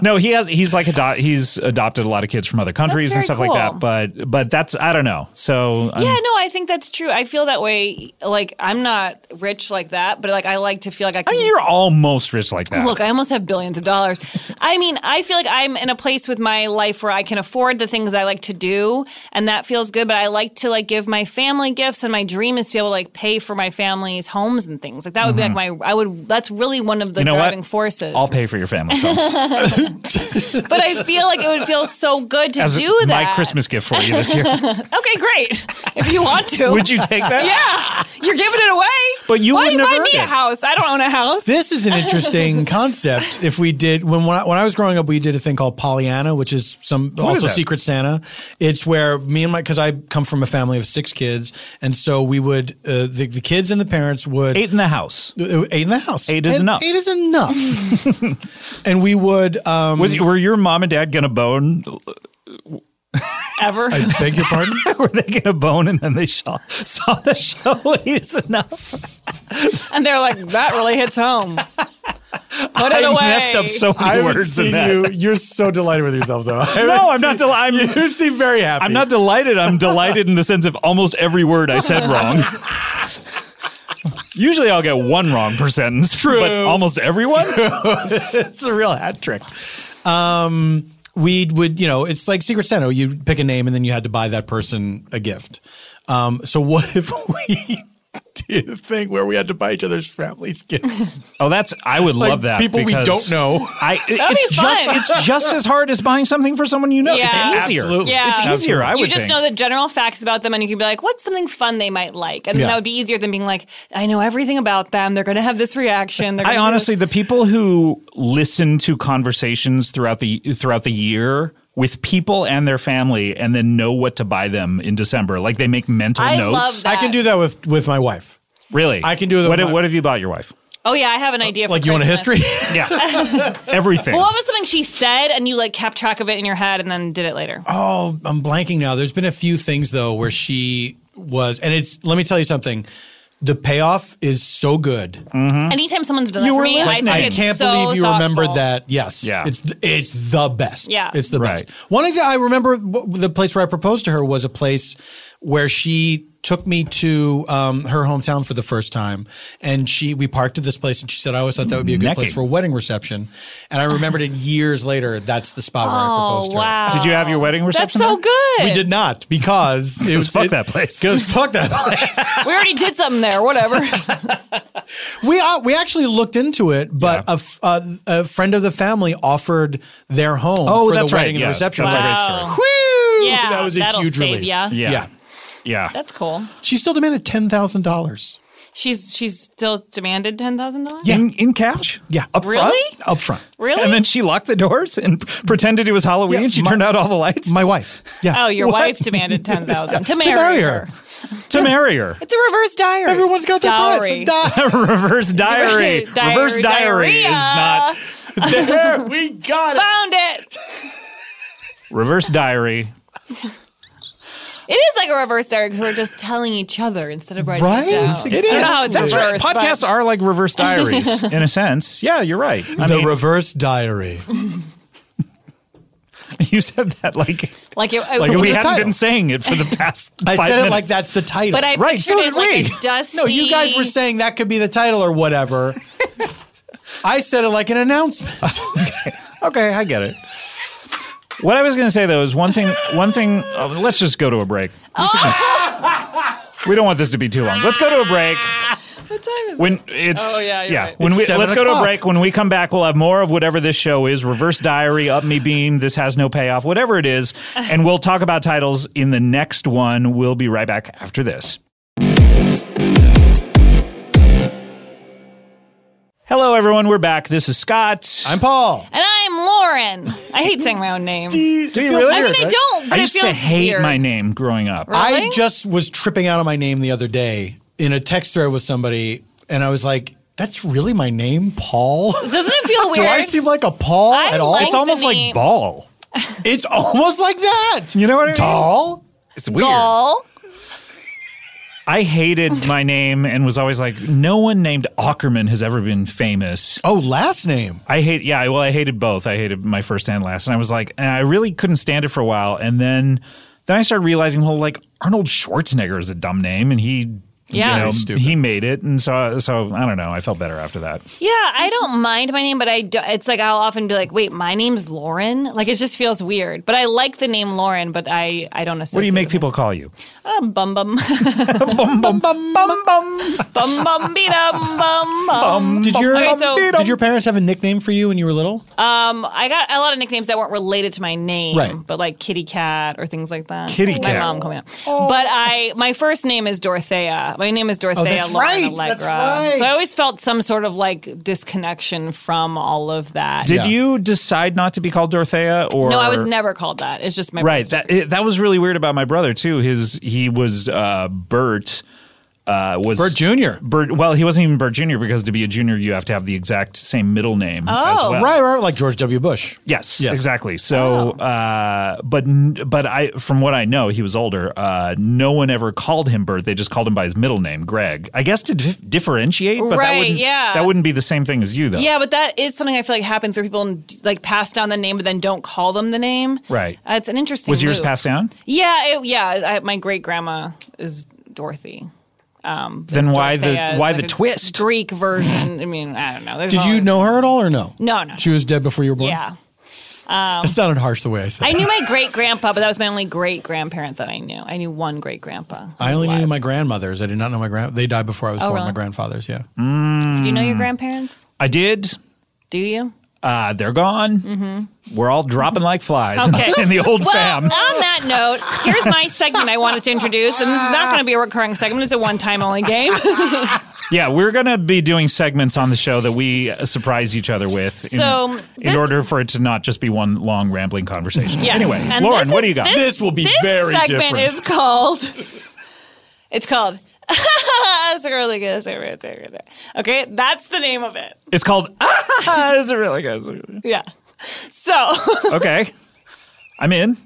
S3: No, he has. He's like ado- he's adopted a lot of kids from other countries and
S1: very
S3: stuff
S1: cool.
S3: like that. But but that's I don't know. So um,
S1: Yeah, no, I think that's true. I feel that way. Like I'm not rich like that, but like I like to feel like I
S3: I
S1: can.
S3: mean, you're almost rich like that.
S1: Look, I almost have billions of dollars. I mean, I feel like I'm in a place with my life where I can afford the things I like to do, and that feels good. But I like to like give my family gifts, and my dream is to be able to like pay for my family's homes and things. Like that would be like my I would. That's really one of the
S3: Mm-hmm. you know
S1: driving
S3: what?
S1: forces.
S3: I'll pay for your family. So
S1: but I feel like it would feel so good to
S3: as
S1: do that.
S3: my Christmas gift for you this year.
S1: Okay, great. If you want to,
S3: Would you take that?
S1: yeah, you're giving it away.
S3: But you
S1: Why you
S3: wouldn't have
S1: buy
S3: earned
S1: me a
S3: it.
S1: house? I don't own a house.
S2: This is an interesting concept. If we did when when I, when I was growing up, we did a thing called Pollyanna, which is some
S3: is
S2: also
S3: that?
S2: Secret Santa. It's where me and my because I come from a family of six kids, and so we would uh, the the kids and the parents would
S3: Eight in the house.
S2: Uh, eight in the house.
S3: Eight is
S2: And
S3: enough.
S2: Eight is enough. and we would. Um,
S3: Was, were your mom and dad gonna bone?
S1: Ever?
S2: I beg your pardon.
S3: Were they gonna bone and then they saw saw the show? Eight is enough.
S1: And they're like, that really hits home. Put it
S3: I
S1: away.
S3: messed up so many
S2: I haven't
S3: words in
S2: seen
S3: that.
S2: you. You're so delighted with yourself, though.
S3: No, I'm not. Del- I'm
S2: You seem very happy.
S3: I'm not delighted. I'm delighted in the sense of almost every word I said wrong. Usually I'll get one wrong per sentence.
S2: True.
S3: But almost everyone?
S2: it's a real hat trick. Um, we would, you know, it's like Secret Santa. You pick a name, and then you had to buy that person a gift. Um, so what if we did a thing where we had to buy each other's families gifts?
S3: Oh, that's I would
S2: Like,
S3: love that.
S2: people we
S3: because
S2: don't know.
S3: I it- it's
S1: be
S3: just
S1: fun.
S3: it's just as hard as buying something for someone you know.
S1: Yeah.
S3: It's easier.
S2: Absolutely.
S1: Yeah.
S3: It's easier, I would
S1: you just
S3: think.
S1: know the general facts about them, and you can be like, "What's something fun they might like?" And then
S2: Yeah.
S1: that would be easier than being like, "I know everything about them. They're going to have this reaction." They're
S3: I
S1: gonna do
S3: honestly, the people who listen to conversations throughout the throughout the year with people and their family, and then know what to buy them in December, like they make mental
S1: I
S3: notes.
S1: love that.
S2: I can do that with with my wife.
S3: Really,
S2: I can do that
S3: What,
S2: with my-
S3: what have you bought your wife?
S1: this. Oh yeah, I have an idea. for
S2: Like you want a
S1: Christmas.
S2: history?
S3: Yeah, everything.
S1: Well, what was something she said, and you like kept track of it in your head, and then did it later?
S2: Oh, I'm blanking now. There's been a few things though where she was, and it's. Let me tell you something. The payoff is so good.
S1: Anytime someone's done
S3: You
S1: that for
S3: were
S1: me, I,
S3: listening.
S1: think
S2: I
S1: it's
S2: can't
S1: so
S2: believe you
S1: thoughtful.
S2: remembered that. Yes.
S3: Yeah.
S2: It's th- it's the best.
S1: Yeah.
S2: It's the
S3: Right.
S2: best. One example I remember w- the place where I proposed to her was a place where she took me to um, her hometown for the first time and she we parked at this place and she said I always thought that would be a good
S3: Necking.
S2: place for a wedding reception and I remembered it years later that's the spot where I
S1: Oh
S2: proposed to her.
S1: wow!
S3: Did you have your wedding
S1: That's
S3: reception?
S1: so
S3: there?
S1: good.
S2: We did not because it was
S3: fuck
S2: it-
S3: that place.
S2: Because fuck that place.
S1: We already did something there. Whatever.
S2: We uh, we actually looked into it, but a
S3: Yeah.
S2: f a, a, friend of the family offered their home
S3: Oh,
S2: for
S3: that's
S2: the
S3: right.
S2: wedding and
S3: Yeah,
S2: the reception.
S3: that's
S2: I was
S1: a great
S2: like,
S1: story.
S2: Whew!
S1: Yeah,
S2: that was a
S1: that'll
S2: huge
S1: save
S2: relief.
S1: ya.
S3: Yeah.
S2: yeah.
S3: Yeah.
S1: That's cool.
S2: She still demanded ten thousand dollars.
S1: She's she's still demanded ten thousand dollars.
S3: In, in cash?
S2: Yeah,
S3: Up
S1: Really?
S3: front?
S2: up front.
S1: Really?
S3: And then she locked the doors and pretended it was Halloween
S2: Yeah,
S3: and she
S2: my-
S3: turned out all the lights
S2: My wife. Yeah.
S1: oh, your
S3: What?
S1: wife demanded ten thousand to marry,
S2: to marry
S1: her.
S2: her.
S3: to marry her.
S1: It's a reverse diary.
S2: Everyone's got their
S1: diary.
S2: price. Di-
S3: Reverse diary.
S1: Diar-
S3: Reverse diary is
S1: diarrhea.
S3: not.
S2: there, we got it.
S1: Found it.
S3: Reverse diary.
S1: It is like a reverse diary because we're just telling each other instead of writing
S2: Right?
S1: it down.
S2: Exactly.
S1: I don't know how it's
S3: That's right.
S1: reversed. but-
S3: Podcasts are like reverse diaries in a sense. Yeah, you're right. I
S2: the
S3: mean,
S2: reverse diary.
S3: you said that like
S1: like it,
S3: like
S2: it was
S3: we
S2: a
S3: hadn't
S2: title.
S3: been saying it for the past.
S2: I
S3: five
S2: said it
S3: minutes.
S2: like that's the title.
S1: But I
S3: Right,
S1: pictured
S3: so
S1: it
S3: did
S1: like
S3: we.
S1: a dusty.
S2: no, you guys were saying that could be the title or whatever. I said it like an announcement.
S3: okay, I get it. What I was going to say though is one thing. One thing. oh, let's just go to a break. We, should- we don't want this to be too long. Let's go to a break.
S1: What time is it?
S3: When it's
S1: Oh, yeah, you're right.
S3: When
S2: It's
S3: we
S2: seven
S3: let's go to a
S2: o'clock.
S3: break. When we come back, we'll have more of whatever this show is: reverse diary, up me beam, this has no payoff, whatever it is, and we'll talk about titles in the next one. We'll be right back after this. Hello, everyone. We're back. This is Scott.
S2: I'm Paul.
S1: And I'm Lauren. I hate saying my own name. I
S3: Do you really?
S1: mean, I don't, but
S3: I
S1: it
S3: used
S1: feels
S3: to hate
S1: weird.
S3: my name growing up.
S2: I
S1: Really?
S2: just was tripping out on my name the other day in a text thread with somebody, and I was like, "That's really my name, Paul."
S1: Doesn't it feel weird?
S2: Do I seem like a Paul
S1: I
S2: at all?
S1: like-
S3: It's almost
S1: the
S3: like
S1: name-
S3: ball.
S2: it's almost like that.
S3: You know what I mean?
S2: Doll.
S3: It's weird.
S1: Paul?
S3: I hated my name and was always like, no one named Ackerman has ever been famous.
S2: Oh, last name.
S3: I hate, yeah, well, I hated both. I hated my first and last. And I was like, and I really couldn't stand it for a while. And then, then I started realizing, well, like Arnold Schwarzenegger is a dumb name and he,
S1: Yeah.
S3: you
S1: Very
S3: know,
S2: stupid.
S3: he made it. And so, so I don't know. I felt better after that.
S1: Yeah, I don't mind my name, but I do, it's like I'll often be like, wait, my name's Lauren? Like it just feels weird. But I like the name Lauren, but I, I don't associate
S3: What do you make
S1: it.
S3: people call you?
S1: Uh, bum bum.
S3: bum, bum, bum, bum, bum.
S1: bum bum be dum bum bum.
S2: Did your
S1: Okay, so-
S2: did your parents have a nickname for you when you were little?
S1: Um, I got a lot of nicknames that weren't related to my name,
S2: Right.
S1: but like Kitty Cat or things like that.
S3: Kitty
S1: my
S3: Cat.
S1: mom coming up.
S2: Oh.
S1: But I, my first name is Dorothea. My name is Dorothea
S2: that's
S1: Lauren
S2: right.
S1: Allegra.
S2: That's right.
S1: So I always felt some sort of like disconnection from all of that.
S2: Yeah.
S3: Did you decide not to be called Dorothea? Or
S1: no, I was never called that. It's just my
S3: right.
S1: brother's
S3: That it, that was really weird about my brother too. His he was uh, Bert. Uh, was
S2: Bert Jr..
S3: Bert, well, he wasn't even Bert Jr. because to be a junior, you have to have the exact same middle name. as
S1: Oh,
S3: well.
S2: Right, right, like George W. Bush.
S3: Yes,
S2: Yes.
S3: exactly. So, uh, but n- but I, from what I know, he was older. Uh, no one ever called him Bert. They just called him by his middle name, Greg. I guess to dif- differentiate, but that
S1: Right,
S3: wouldn't
S1: yeah.
S3: that wouldn't be the same thing as you though.
S1: Yeah, but that is something I feel like happens where people like pass down the name, but then don't call them the name.
S3: Right.
S1: Uh, it's an interesting.
S3: was yours
S1: move.
S3: passed down?
S1: Yeah, it, yeah. I, my great grandma is Dorothy. Um,
S3: Then
S1: it's
S3: why the-
S1: Dorothea. It's
S3: why the
S1: a
S3: twist?
S1: Greek version. I mean, I don't know. There's
S2: Did
S1: all-
S2: you know her at all or no?
S1: No, no.
S2: She was dead before you were born.
S1: Yeah,
S2: It sounded harsh the way I said.
S1: I
S2: it.
S1: knew my great grandpa, but that was my only great grandparent that I knew. I knew one great grandpa.
S2: I only knew my grandmothers. I did not know my grand. They died before I
S3: Oh,
S2: was born.
S1: really?
S2: My grandfathers. Yeah.
S3: Hmm.
S1: Do you know your grandparents?
S3: I did.
S1: Do you?
S3: Uh, they're gone. We're all dropping like flies
S1: Mm-hmm. Okay.
S3: in the old
S1: Well,
S3: fam.
S1: on that note, here's my segment I wanted to introduce, and this is not going to be a recurring segment. It's a one-time only game.
S3: Yeah, we're gonna be doing segments on the show that we uh, surprise each other with. In,
S1: So,
S3: in
S1: this-
S3: order for it to not just be one long rambling conversation.
S1: Yes.
S3: Anyway,
S1: And
S3: Lauren,
S1: this is-
S3: what do you got?
S2: This will be
S1: this
S2: very
S1: segment
S2: different.
S1: is called. It's called. that's a really good segment. Okay, that's the name of it.
S3: it's called. Ah, is it really good?
S1: Yeah. So
S3: Okay, I'm in.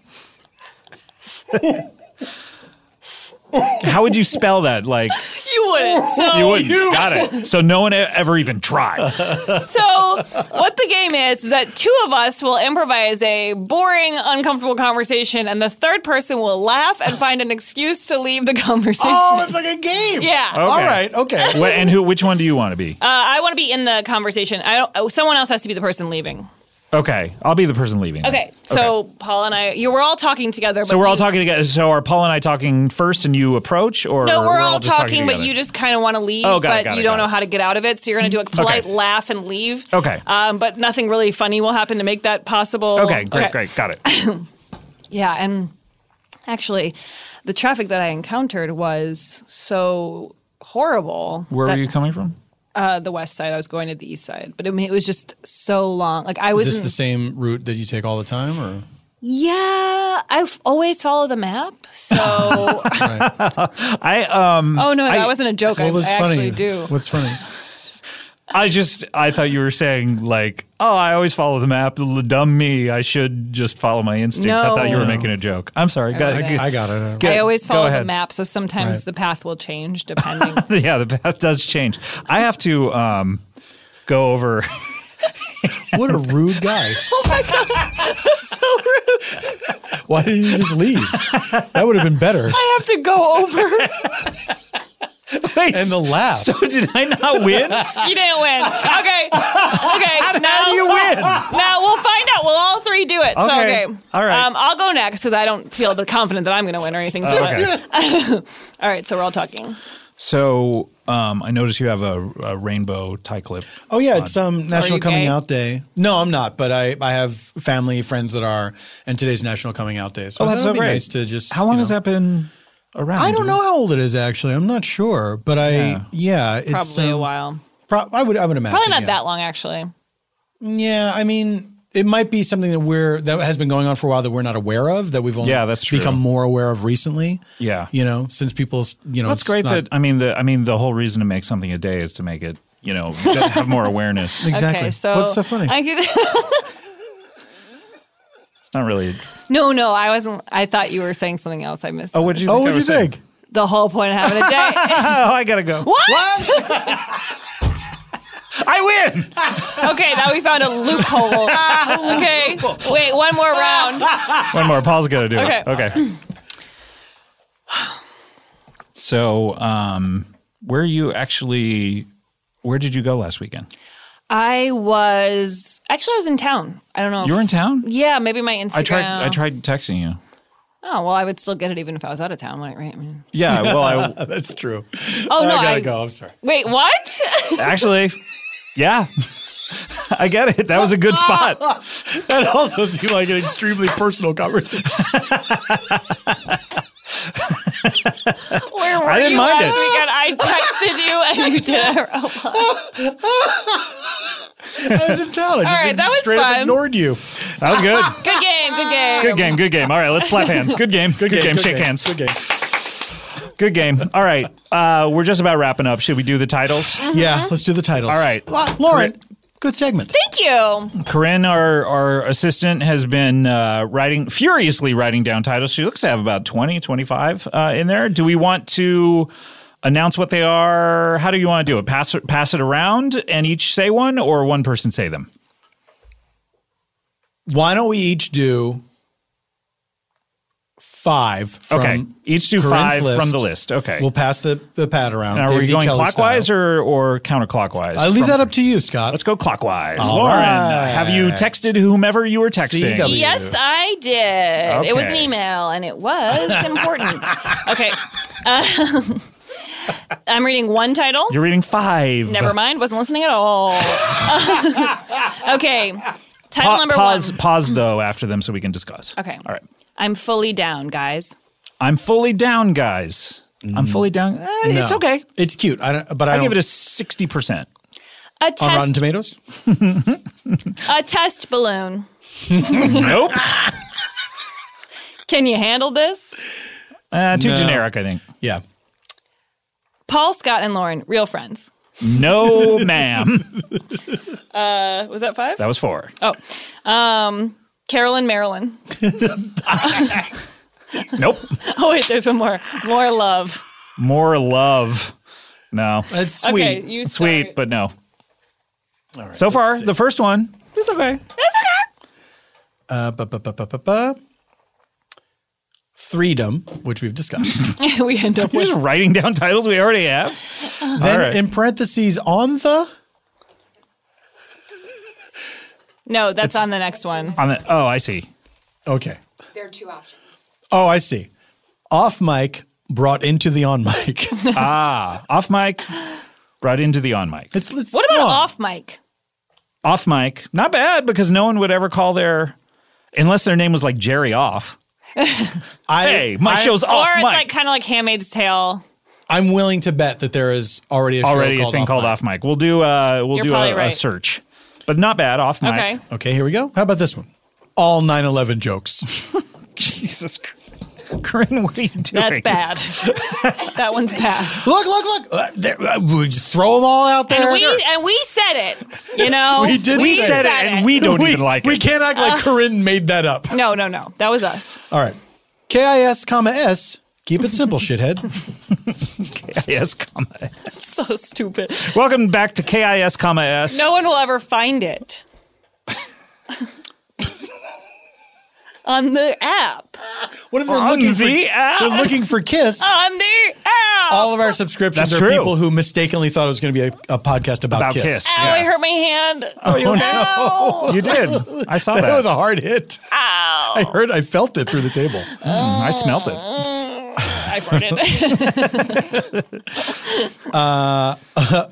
S3: How would you spell that? Like
S1: you wouldn't. So
S3: you would not got it. So no one e- ever even tried.
S1: so what the game is is that two of us will improvise a boring, uncomfortable conversation, and the third person will laugh and find an excuse to leave the conversation.
S2: Oh, it's like a game.
S1: Yeah.
S3: Okay.
S2: All right. Okay.
S3: Wh- and who? Which one do you want to be?
S1: Uh, I want to be in the conversation. I don't. oh, Someone else has to be the person leaving.
S3: Okay, I'll be the person leaving. then.
S1: Okay. So Paul and I, you were all talking together.
S3: So we're all talking together. So are Paul and I talking first, and you approach, or
S1: No, we're, all,
S3: just
S1: talking, but
S3: together?
S1: you just kind of want to leave,
S3: Oh, got it,
S1: but
S3: got
S1: you
S3: it,
S1: don't
S3: got
S1: know
S3: it.
S1: how to get out of it. So you're going to do a polite laugh and leave.
S3: Okay.
S1: Um, but nothing really funny will happen to make that possible.
S3: Okay, great, great, got it.
S1: Yeah, and actually, the traffic that I encountered was so horrible.
S3: Where
S1: that,
S3: were you coming from?
S1: Uh, the west side. I was going to the east side, but I mean, it was just so long. Like I was.
S2: Is this the same route that you take all the time, or
S1: yeah, I f- always follow the map. So. oh
S3: I um
S1: no, that wasn't a joke. I,
S2: what was
S1: I
S2: funny?
S1: actually do.
S2: What's funny?
S3: I just I thought you were saying like, oh, I always follow the map. L- Dumb me, I should just follow my instincts. I thought you were
S1: No.
S3: making a joke. I'm sorry. Go-
S1: wasn't.
S3: go-
S2: I got it.
S3: go-
S1: I always
S3: go
S1: follow the
S3: ahead.
S1: map, so sometimes
S2: Right.
S1: the path will change depending.
S3: yeah, the path does change. I have to um, go over.
S2: What a rude guy.
S1: oh my god, that's so rude!
S2: Why didn't you just leave? That would have been better.
S1: I have to go over.
S3: Wait,
S2: And the laugh.
S3: so did I not win?
S1: You didn't win. Okay, okay. now
S3: How do you win?
S1: Now we'll find out. We'll all three do it. So
S3: Okay.
S1: okay,
S3: All right.
S1: Um, I'll go next because I don't feel the confident that I'm going to win or anything. So
S3: Okay.
S1: all right, so we're all talking.
S3: So um, I notice you have a, a rainbow tie clip.
S2: Oh yeah, it's um National
S1: you
S2: Coming
S1: gay?
S2: Out Day. No, I'm not, but I I have family friends that are, and today's National Coming Out Day. So
S3: Oh,
S2: I
S3: that's
S2: thought
S3: so
S2: it'd be
S3: great.
S2: nice to just.
S3: How long
S2: you
S3: has
S2: know-
S3: that been around?
S2: I don't know how old it is actually. I'm not sure, but I
S3: Mm-hmm. Yeah.
S2: yeah, it's
S1: Probably a
S2: um,
S1: while.
S2: Pro- I would I would imagine
S1: Probably not
S2: yeah.
S1: that long, actually.
S2: Yeah, I mean, it might be something that we're that has been going on for a while that we're not aware of that we've only
S3: Yeah, that's true.
S2: become more aware of recently.
S3: Yeah.
S2: you know, since people, you know,
S3: That's
S2: it's
S3: great.
S2: not-
S3: that I mean, the I mean, the whole reason to make something a day is to make it, you know, to have more awareness. It's
S2: exactly.
S1: Okay, so
S2: What's so funny?
S1: I could-
S3: not really.
S1: no, no, I wasn't. I thought you were saying something else. I missed.
S3: Oh, what do you?
S2: oh,
S3: think I
S2: what do you
S3: was saying?
S2: think?
S1: The whole point of having a day.
S3: Oh, I gotta go.
S1: what?
S3: I win.
S1: Okay, now we found a loophole. okay, wait, one more round.
S3: One more. Paul's gonna do
S1: Okay.
S3: it. Okay. So, um, where you actually? Where did you go last weekend?
S1: I was actually I was in town. I don't know.
S3: You were in town.
S1: Yeah, maybe my Instagram.
S3: I tried. I tried texting you.
S1: Oh well, I would still get it even if I was out of town, right? right? I mean-
S3: Yeah. Well, I
S2: That's true.
S1: Oh no,
S2: I gotta
S1: I-
S2: go. I'm sorry.
S1: Wait, what?
S3: Actually, yeah. I get it. That was a good spot.
S2: That also seemed like an extremely personal conversation.
S1: Where were
S3: I didn't
S1: you
S3: mind
S1: last
S3: it.
S1: weekend? I texted you and you did it. Oh,
S2: I was in town. I just
S1: right, that was
S2: straight up
S1: fun.
S2: ignored you.
S3: That was good.
S1: Good game, good game.
S3: Good game. Good game. All right, let's slap hands. Good game. Good, game.
S2: good
S3: Shake hands.
S2: Good game.
S3: Good game. All right. Uh, we're just about wrapping up. Should we do the titles?
S1: Mm-hmm.
S2: Yeah, let's do the titles.
S3: All right.
S2: La- Lauren, good segment.
S1: Thank you.
S3: Corinne, our, our assistant, has been uh, writing, furiously writing down titles. She looks to have about 20, 25 uh, in there. Do we want to announce what they are? How do you want to do it? Pass, it- pass it around and each say one, or one person say them?
S2: Why don't we each do five from
S3: okay. Each do
S2: Corinne's
S3: five
S2: list.
S3: from the list. Okay.
S2: We'll pass the, the pad around.
S3: Now, are we
S2: David
S3: going
S2: Kelly
S3: clockwise
S2: style.
S3: or, or counterclockwise?
S2: I leave
S3: From-
S2: that up to you, Scott.
S3: Let's go clockwise.
S2: All
S3: Lauren,
S2: right.
S3: have you texted whomever you were texting?
S2: CW.
S1: Yes, I did. It was an
S3: Okay.
S1: email and it was important. okay. Um, I'm reading one title.
S3: You're reading five.
S1: Never mind, wasn't listening at all. okay. Title
S3: Pa-
S1: number
S3: pause,
S1: one.
S3: pause though after them so we can discuss.
S1: Okay.
S3: All right.
S1: I'm fully down, guys.
S3: I'm fully down, guys. I'm
S2: Mm.
S3: fully down. Eh,
S2: No.
S3: It's okay.
S2: It's cute. I don't, but I,
S3: I
S2: don't,
S3: give it a sixty percent.
S1: A
S2: on Rotten
S1: test,
S2: Tomatoes.
S1: a test balloon.
S3: Nope.
S1: Can you handle this?
S3: Uh, too
S2: No.
S3: generic, I think.
S2: Yeah.
S1: Paul, Scott, and Lauren, real friends.
S3: No, ma'am.
S1: Uh, was that five?
S3: That was four.
S1: Oh, um, Carolyn Marilyn.
S3: Nope.
S1: Oh wait, there's one more. More love.
S3: More love. No.
S2: That's sweet.
S1: Okay, you
S3: Sweet,
S1: start.
S3: but no. so far, the first one. It's okay.
S2: Uh, ba, ba, ba, ba, ba, ba. Freedom, which we've discussed.
S1: we end up
S3: We're
S1: with
S3: just writing down titles we already have.
S2: then
S3: right.
S2: in parentheses on the
S1: no. That's on the next one.
S3: On the, oh, I see.
S2: okay.
S7: There are two options.
S2: Oh, I see. Off mic brought into the on mic.
S3: Off mic, brought into the on mic.
S2: It's, it's
S1: What about
S2: long.
S1: off mic?
S3: Off mic, not bad because no one would ever call their, unless their name was like Jerry Off.
S2: I,
S3: Hey, my
S2: I-
S3: show's off
S1: or it's
S3: mic.
S1: like kind of like Handmaid's Tale.
S2: I'm willing to bet that there is already a show
S3: already a
S2: called
S3: thing
S2: off
S3: called
S2: mic.
S3: off mic. We'll do uh we'll
S1: You're
S3: do
S1: probably
S3: a, a
S1: right.
S3: search, but not bad off mic.
S1: Okay.
S2: Okay, here we go. How about this one? All 9/11 jokes.
S3: Jesus Christ. Corinne, what are you
S1: That's
S3: doing?
S1: bad. that one's bad.
S2: Look, look, look. Uh, there, uh, we just throw them all out there.
S1: And we and we said it. You know,
S2: We did
S3: We
S2: say
S3: said it, and we don't even like
S2: we
S3: it. Uh.
S2: can't act like Corinne made that up.
S1: No, no, no. That was us.
S2: All right. KIS, comma S. Keep it simple, shithead.
S3: KIS comma.
S1: So stupid.
S3: Welcome back to KIS comma S.
S1: No one will ever find it on the app.
S2: What if they're
S3: On
S2: looking for
S3: the app. Uh,
S2: they're looking for Kiss?
S1: On the app.
S2: All of our subscriptions
S3: That's
S2: are
S3: true.
S2: people who mistakenly thought it was going to be a, a podcast about,
S3: About
S2: Kiss.
S3: Kiss.
S1: Ow!
S3: Yeah.
S1: I hurt my hand.
S2: Oh, you know.
S3: You did. I saw that.
S2: That was a hard hit.
S1: Ow!
S2: I heard, I felt it through the table.
S3: Mm, I smelt it.
S1: I farted.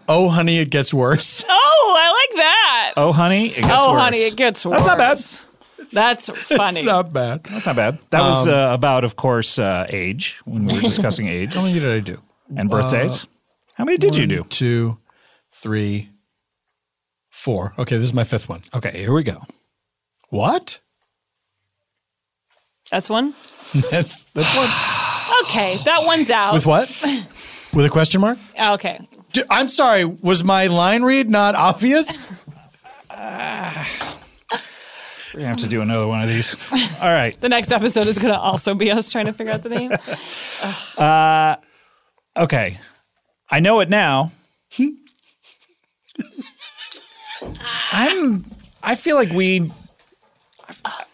S2: Oh, honey, it gets worse.
S1: oh, I like that.
S3: Oh, honey, it gets
S1: oh,
S3: worse.
S1: honey, it gets worse.
S3: That's not bad.
S1: That's funny.
S2: It's not bad.
S3: That's not bad. That was
S2: Um,
S3: uh, about, of course, uh, age when we were discussing age
S2: How many did I do?
S3: and birthdays. How many did you do?
S2: Uh, One, Two, three, four. Okay, this is my fifth one.
S3: Okay, here we go.
S2: What?
S1: That's one.
S2: That's that's one.
S1: Okay, that one's out.
S2: With what? With a question mark?
S1: Okay.
S2: D- I'm sorry. Was my line read not obvious?
S3: We're gonna have to do another one of these. All right.
S1: The next episode is going to also be us trying to figure out the name.
S3: Okay. I know it now. I'm. I feel like we.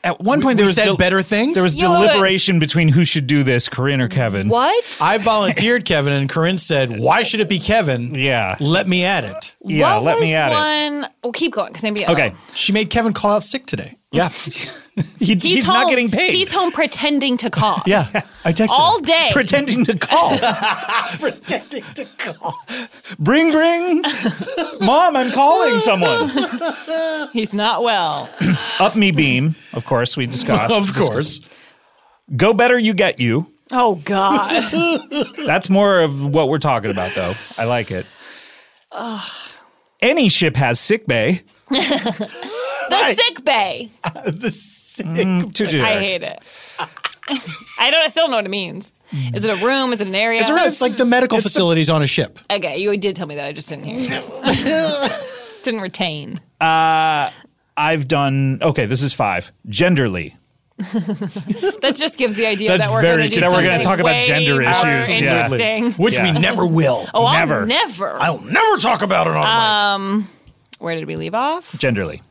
S3: At one point, there
S2: we
S3: was
S2: said
S3: del-
S2: better things.
S3: There was deliberation between who should do this, Corinne or Kevin.
S5: What?
S2: I volunteered, Kevin, and Corinne said, "Why should it be Kevin?"
S3: Yeah.
S2: Let me add it.
S3: Yeah.
S1: what
S3: let
S1: was
S3: me at it.
S1: one? Well, keep going because maybe uh,
S3: Okay.
S2: She made Kevin call out sick today.
S3: Yeah. he, he's not
S1: home-
S3: getting paid.
S1: He's home pretending to cough.
S2: Yeah, I texted
S1: All
S2: him.
S1: day.
S3: pretending to call.
S2: pretending to call.
S3: bring, bring. Mom, I'm calling someone.
S1: He's not well.
S3: Up me beam. Of course, we discussed.
S2: Of course.
S3: Go better, you get you.
S1: Oh God.
S3: That's more of what we're talking about, though. I like it. Any ship has sick bay.
S1: the sick bay.
S2: The sick.
S3: Too
S1: I
S3: generic.
S1: hate it. I don't. I still don't know what it means. Is it a room? Is it an area?
S2: No, it's like the medical facilities on a ship.
S1: okay, you did tell me that. I just didn't hear. didn't retain.
S3: I've done okay. This is five. Genderly.
S1: That just gives the idea
S2: That's
S1: that we're
S2: very
S1: going to do
S2: good. That we're gonna
S1: something
S3: talk about
S1: way
S3: gender
S1: more
S3: issues, yeah.
S1: Interesting.
S2: Which we never will.
S1: Oh,
S3: Never.
S1: I'll never.
S2: I'll never talk about it on my
S1: Where did we leave off?
S3: Genderly.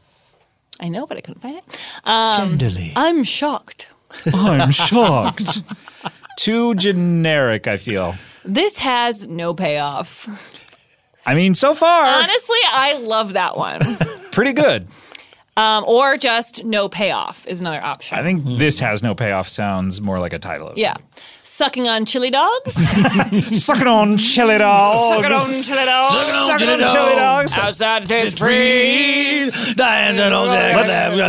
S1: I know, but I couldn't find it. Um,
S2: Tenderly.
S1: I'm shocked.
S3: I'm shocked. Too generic. I feel.
S1: This has no payoff.
S3: I mean, so far,
S1: Honestly, I love that one.
S3: pretty good.
S1: Um, or just no payoff is another
S3: I
S1: option.
S3: think this has no payoff. Sounds more like a title. Of
S1: Yeah. Sucking on chili dogs.
S3: something. Suck it on, chili dog.
S1: Sucking on chili dogs.
S3: Suck it
S2: chili
S3: on,
S2: dog.
S3: chili dogs.
S1: Outside tastes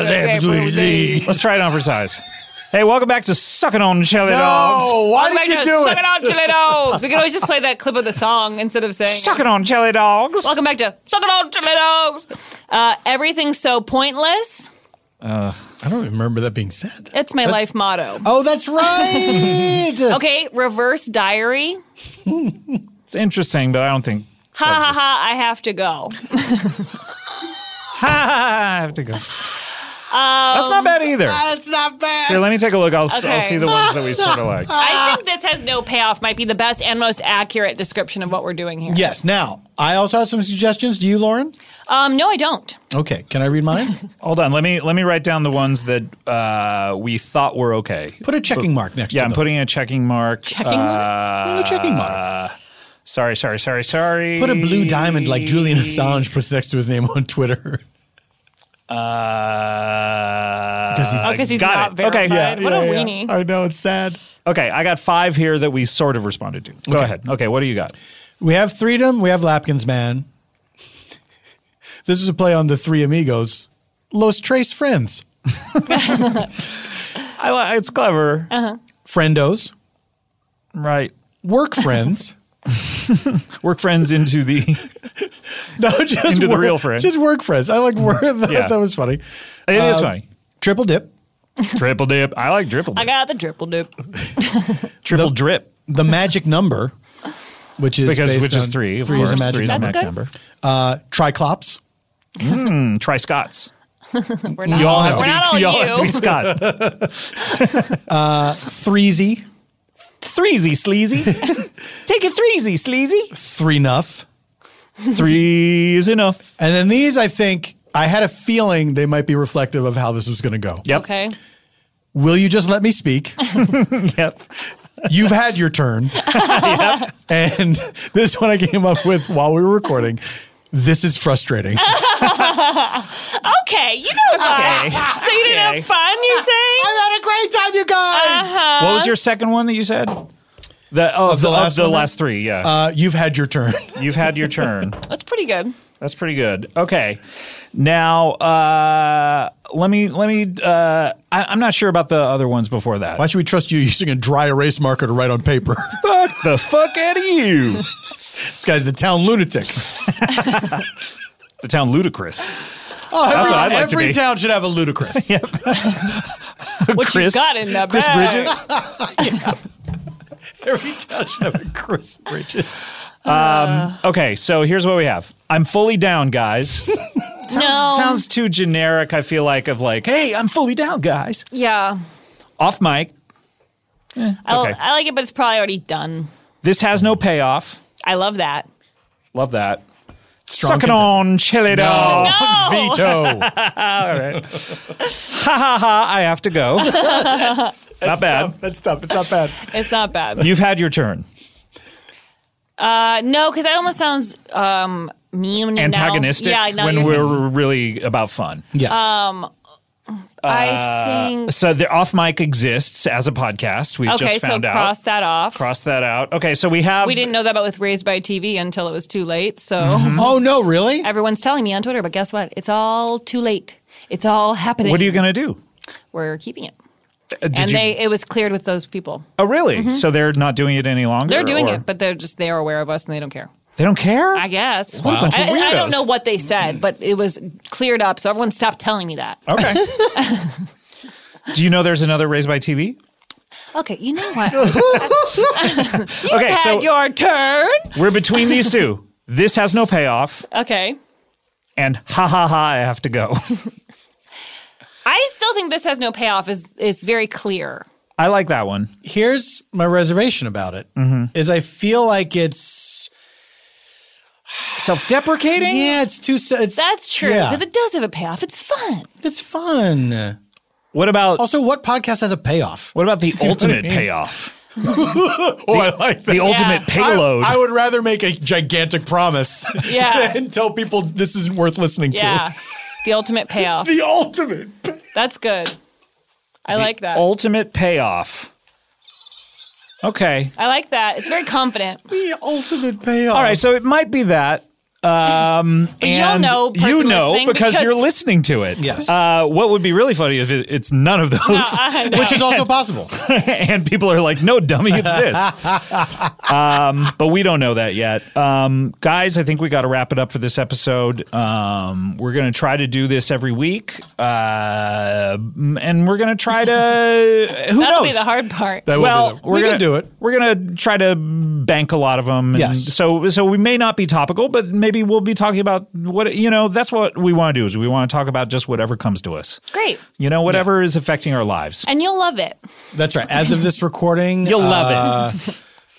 S2: Let's,
S3: Let's try it on for size. Hey, welcome back to Sucking on Chili Dogs.
S2: no,
S1: Oh
S2: why did you do
S1: Sucking
S2: it?
S1: on chili dogs. We could always just play that clip of the song instead of saying.
S3: Sucking on Chili Dogs.
S1: Welcome back to Sucking on chili dogs. Uh, everything's so pointless.
S2: I don't remember that being said.
S1: It's my life motto.
S2: Oh, that's right.
S1: Okay, reverse diary.
S3: It's interesting, but I don't think.
S1: Ha ha ha, I have to go.
S3: I have to go. That's not bad
S1: Um,
S3: either.
S2: That's not bad.
S3: Here, let me take a look. I'll, s will
S1: Okay.
S3: see the ones that we sort of like.
S1: I think this has no payoff might be the best and most accurate description of what we're doing here.
S2: Yes. Now, I also have some suggestions. Do you, Lauren?
S1: Um, no, I don't.
S2: Okay. Can I read mine?
S3: Hold on. Let me let me write down the ones that uh, we thought were okay.
S2: Put a checking mark next
S3: Yeah,
S2: to
S3: I'm
S2: them.
S3: putting a checking mark. Uh,
S1: Checking mark?
S2: Put a checking mark.
S3: Sorry, sorry, sorry, sorry.
S2: Put a blue diamond like Julian Assange puts next to his name on Twitter.
S3: Uh,
S2: Because he's- Oh,
S1: because he's
S3: got
S1: not
S3: it.
S1: verified.
S3: Okay,
S1: Yeah. What a weenie.
S2: I know it's sad.
S3: okay. I got five here that we sort of responded to. Go ahead. Okay, what do you got?
S2: We have freedom. We have Lapkins Man. This is a play on the Three Amigos, Los Tres Friends,
S3: I li- it's clever,
S1: Uh-huh.
S2: Friendos,
S3: right?
S2: Work Friends.
S3: Work friends into the.
S2: No, just
S3: Into the
S2: work,
S3: real friends.
S2: Just work friends. I like work. That,
S3: Yeah.
S2: that was funny.
S3: It is
S2: Uh,
S3: funny.
S2: Triple dip.
S3: triple dip. I like triple
S1: I
S3: dip.
S1: got the dripple dip.
S3: triple drip
S2: The magic number, which is
S3: because
S2: based
S3: which is
S2: on-
S3: three. of
S2: Three is a
S3: course.
S2: magic
S3: Three is a
S2: number. Uh,
S3: magic number.
S2: Triclops.
S3: And try Scott's.
S1: We're
S2: Oh,
S1: not
S3: You all
S1: on-
S3: have to
S1: we're not
S3: be.
S1: on
S3: You all have to be Scott.
S2: Threezy.
S3: Threezy sleazy. Take a threezy sleazy.
S2: Three nuff.
S3: Three is enough.
S2: And then these, I think, I had a feeling they might be reflective of how this was going to go.
S3: Yep.
S1: Okay.
S2: Will you just let me speak?
S3: Yep.
S2: You've had your turn. And this one I came up with while we were recording. This is frustrating.
S1: Okay. You know what? Ah, So you didn't
S3: Okay.
S1: have fun, you say?
S2: had a great time, you guys. uh
S3: What was your second one that you said? The, oh, of,
S2: the
S3: the,
S2: last
S3: of the
S2: one? Uh,
S3: last three, yeah.
S2: you've had your turn.
S3: You've had your turn.
S1: That's pretty good.
S3: That's pretty good. Okay, now uh, let me let me. Uh, I, I'm not sure about the other ones before that.
S2: Why should we trust you using a dry erase marker to write on paper?
S3: Fuck the fuck out of you,
S2: this guy's the town lunatic.
S3: the town ludicrous.
S2: Oh, every
S3: what I'd like to
S2: every
S3: be.
S2: town should have a ludicrous.
S1: What
S3: Chris-
S1: you got in the
S3: Chris
S1: bag?
S3: Bridges.
S2: Every town should have a Chris Bridges.
S3: Um, Okay, so here's what we have. I'm fully down, guys.
S1: No.
S3: Sounds too generic. I feel like of like, hey, I'm fully down, guys.
S1: yeah.
S3: Off mic.
S1: I,
S3: okay.
S1: I like it, but it's probably already done.
S3: This has no payoff.
S1: I love that.
S3: Love that.
S2: Strong
S3: Suck it
S2: contender.
S3: on, chili dog.
S2: Veto.
S3: I have to go. Not bad.
S2: Tough. That's tough. It's not bad.
S1: It's not bad.
S3: You've had your turn.
S1: Uh, no, because that almost sounds um, mean. now.
S3: Antagonistic
S1: Yeah, now
S3: when
S1: you're
S3: we're
S1: saying-
S3: really about fun.
S2: Yes.
S3: Um, uh,
S1: I think.
S3: So the off mic exists as a podcast. We've
S1: Okay,
S3: just
S1: so
S3: found out.
S1: cross that off.
S3: Cross that out. Okay, so we have
S1: we didn't know that about with Raised by TV until it was too late.
S3: Mm-hmm.
S1: So
S2: oh no, really?
S1: everyone's telling me on Twitter, but guess what? It's all too late. It's all happening.
S3: What are you going to do?
S1: We're keeping it.
S3: Uh, did
S1: and
S3: you,
S1: they it was cleared with those people.
S3: oh, really? So they're not doing it any longer.
S1: Mm-hmm. They're doing
S3: or-
S1: it, but they're just they are aware of us and they don't care.
S3: they don't care.
S1: I guess.
S3: What a bunch of
S1: I, I
S3: weirdos.
S1: don't know what they said, but it was cleared up, so everyone stopped telling me that.
S3: okay. do you know there's another Raised by TV?
S1: Okay, you know what? you
S3: okay,
S1: had
S3: so
S1: your turn.
S3: we're between these two. This has no payoff,
S1: Okay.
S3: and ha ha ha, I have to go.
S1: I still think this has no payoff is is very clear.
S3: I like that one.
S2: Here's my reservation about it: is
S3: Mm-hmm.
S2: I feel like it's
S3: Self-deprecating.
S2: yeah, it's too. s- It's,
S1: That's true.
S2: Yeah.
S1: Because it does have a payoff. It's fun.
S2: it's fun.
S3: What about
S2: Also, what podcast has a payoff?
S3: what about the ultimate payoff?
S2: Oh, I like
S3: The ultimate payload.
S2: I, would rather make a gigantic promise
S1: Yeah.
S2: and tell people this isn't worth listening
S1: Yeah.
S2: to.
S1: the ultimate payoff.
S2: The ultimate.
S1: That's good. I like that.
S3: ultimate payoff. Okay.
S1: I like that. It's very confident.
S2: The ultimate payoff.
S3: All right. So it might be that. Um, and
S1: know, person
S3: you know
S1: listening,
S3: because,
S1: because-
S3: you're listening to it.
S2: Yes.
S3: Uh, what would be really funny if it, it's none of those,
S1: I know.
S2: Which is also possible.
S3: and people are like, "No, dummy, it's this." um, but we don't know that yet, um, guys. I think we got to wrap it up for this episode. Um, we're going to try to do this every week, uh, and we're going to try to. Who
S1: That'll
S3: knows?
S1: be the hard part.
S2: That
S3: well,
S2: will be the-
S3: we're
S2: we
S3: gonna
S2: can do it.
S3: We're gonna try to bank a lot of them. and
S2: Yes.
S3: So so we may not be topical, but maybe we'll be talking about what you know. That's what we want to do is we want to talk about just whatever comes to us.
S1: Great.
S3: You know, whatever is affecting our lives.
S2: Uh,
S1: And you'll love it.
S2: That's right. As of this recording,
S3: You'll love
S2: it.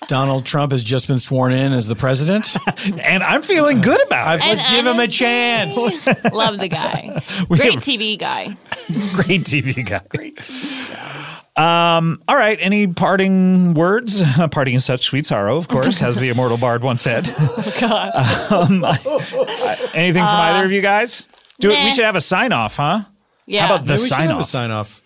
S2: Donald Trump has just been sworn in as the president.
S3: it, and I'm feeling good about
S2: I've-
S3: it.
S2: Let's
S1: And
S2: give him a
S1: honestly,
S2: chance.
S1: Love the guy.
S3: We
S1: Great
S3: have-
S1: TV guy.
S3: Great TV guy. Great TV guy. Um, all right. Any parting words? parting is such sweet sorrow, of course, as the immortal bard once said. Oh, God. anything from either of you guys? Do it.
S1: nah.
S3: We should have a sign off, huh?
S1: Yeah.
S3: How about the
S2: Maybe we should
S3: sign
S2: have a
S3: off?
S2: sign off.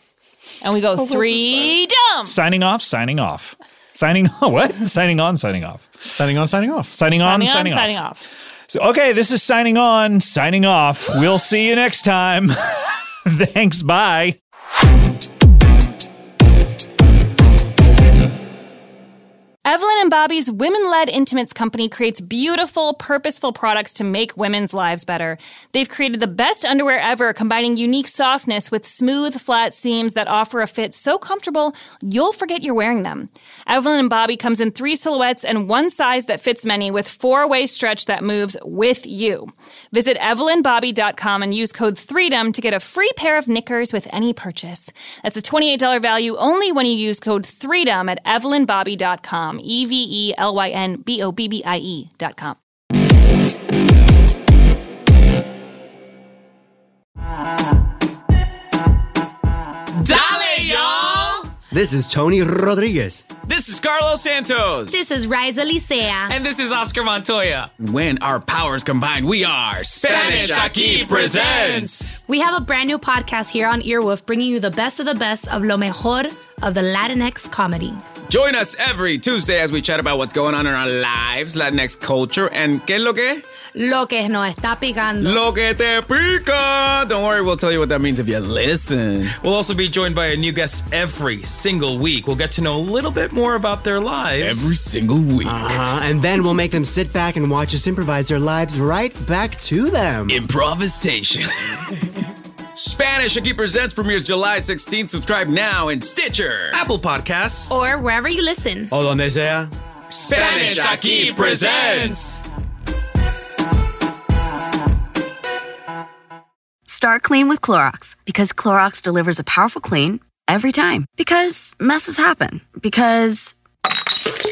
S1: and we go three dumb.
S3: signing off, signing off. Signing on, what? Signing on, signing off.
S2: Signing on, signing off.
S3: Signing on,
S1: Signing on,
S3: signing,
S1: signing
S3: off.
S1: off.
S3: So, okay, this is signing on, signing off. We'll see you next time. Thanks, bye.
S1: Evelyn and Bobby's women led intimates company creates beautiful, purposeful products to make women's lives better. They've created the best underwear ever, combining unique softness with smooth, flat seams that offer a fit so comfortable you'll forget you're wearing them. Evelyn and Bobby comes in three silhouettes and one size that fits many with four way stretch that moves with you. Visit evelynbobby.com and use code FREEDOM to get a free pair of knickers with any purchase. That's a $28 value only when you use code FREEDOM at evelynbobby.com. E V E L Y N B O B B I E E.com.
S7: Dale, y'all!
S8: This is Tony Rodriguez.
S7: This is Carlos Santos.
S9: This is Riza Licea.
S7: and this is Oscar Montoya. When our powers combine, we are Spanish Aquí Presents.
S9: We have a brand new podcast here on Earwolf bringing you the best of the best of lo mejor of the Latinx comedy.
S7: Join us every Tuesday as we chat about what's going on in our lives, Latinx culture, and que lo que?
S9: Lo que nos está picando.
S7: Lo que te pica. Don't worry, we'll tell you what that means if you listen.
S10: We'll also be joined by a new guest every single week. We'll get to know a little bit more about their lives.
S7: Every single week.
S8: Uh-huh. And then we'll make them sit back and watch us improvise their lives right back to them.
S7: Improvisation. Spanish Aki Presents premieres July 16th. Subscribe now in Stitcher.
S10: Apple Podcasts.
S9: Or wherever you listen.
S8: O donde sea.
S7: Spanish Aki Presents.
S5: Start clean with Clorox because Clorox delivers a powerful clean every time. Because messes happen. Because. I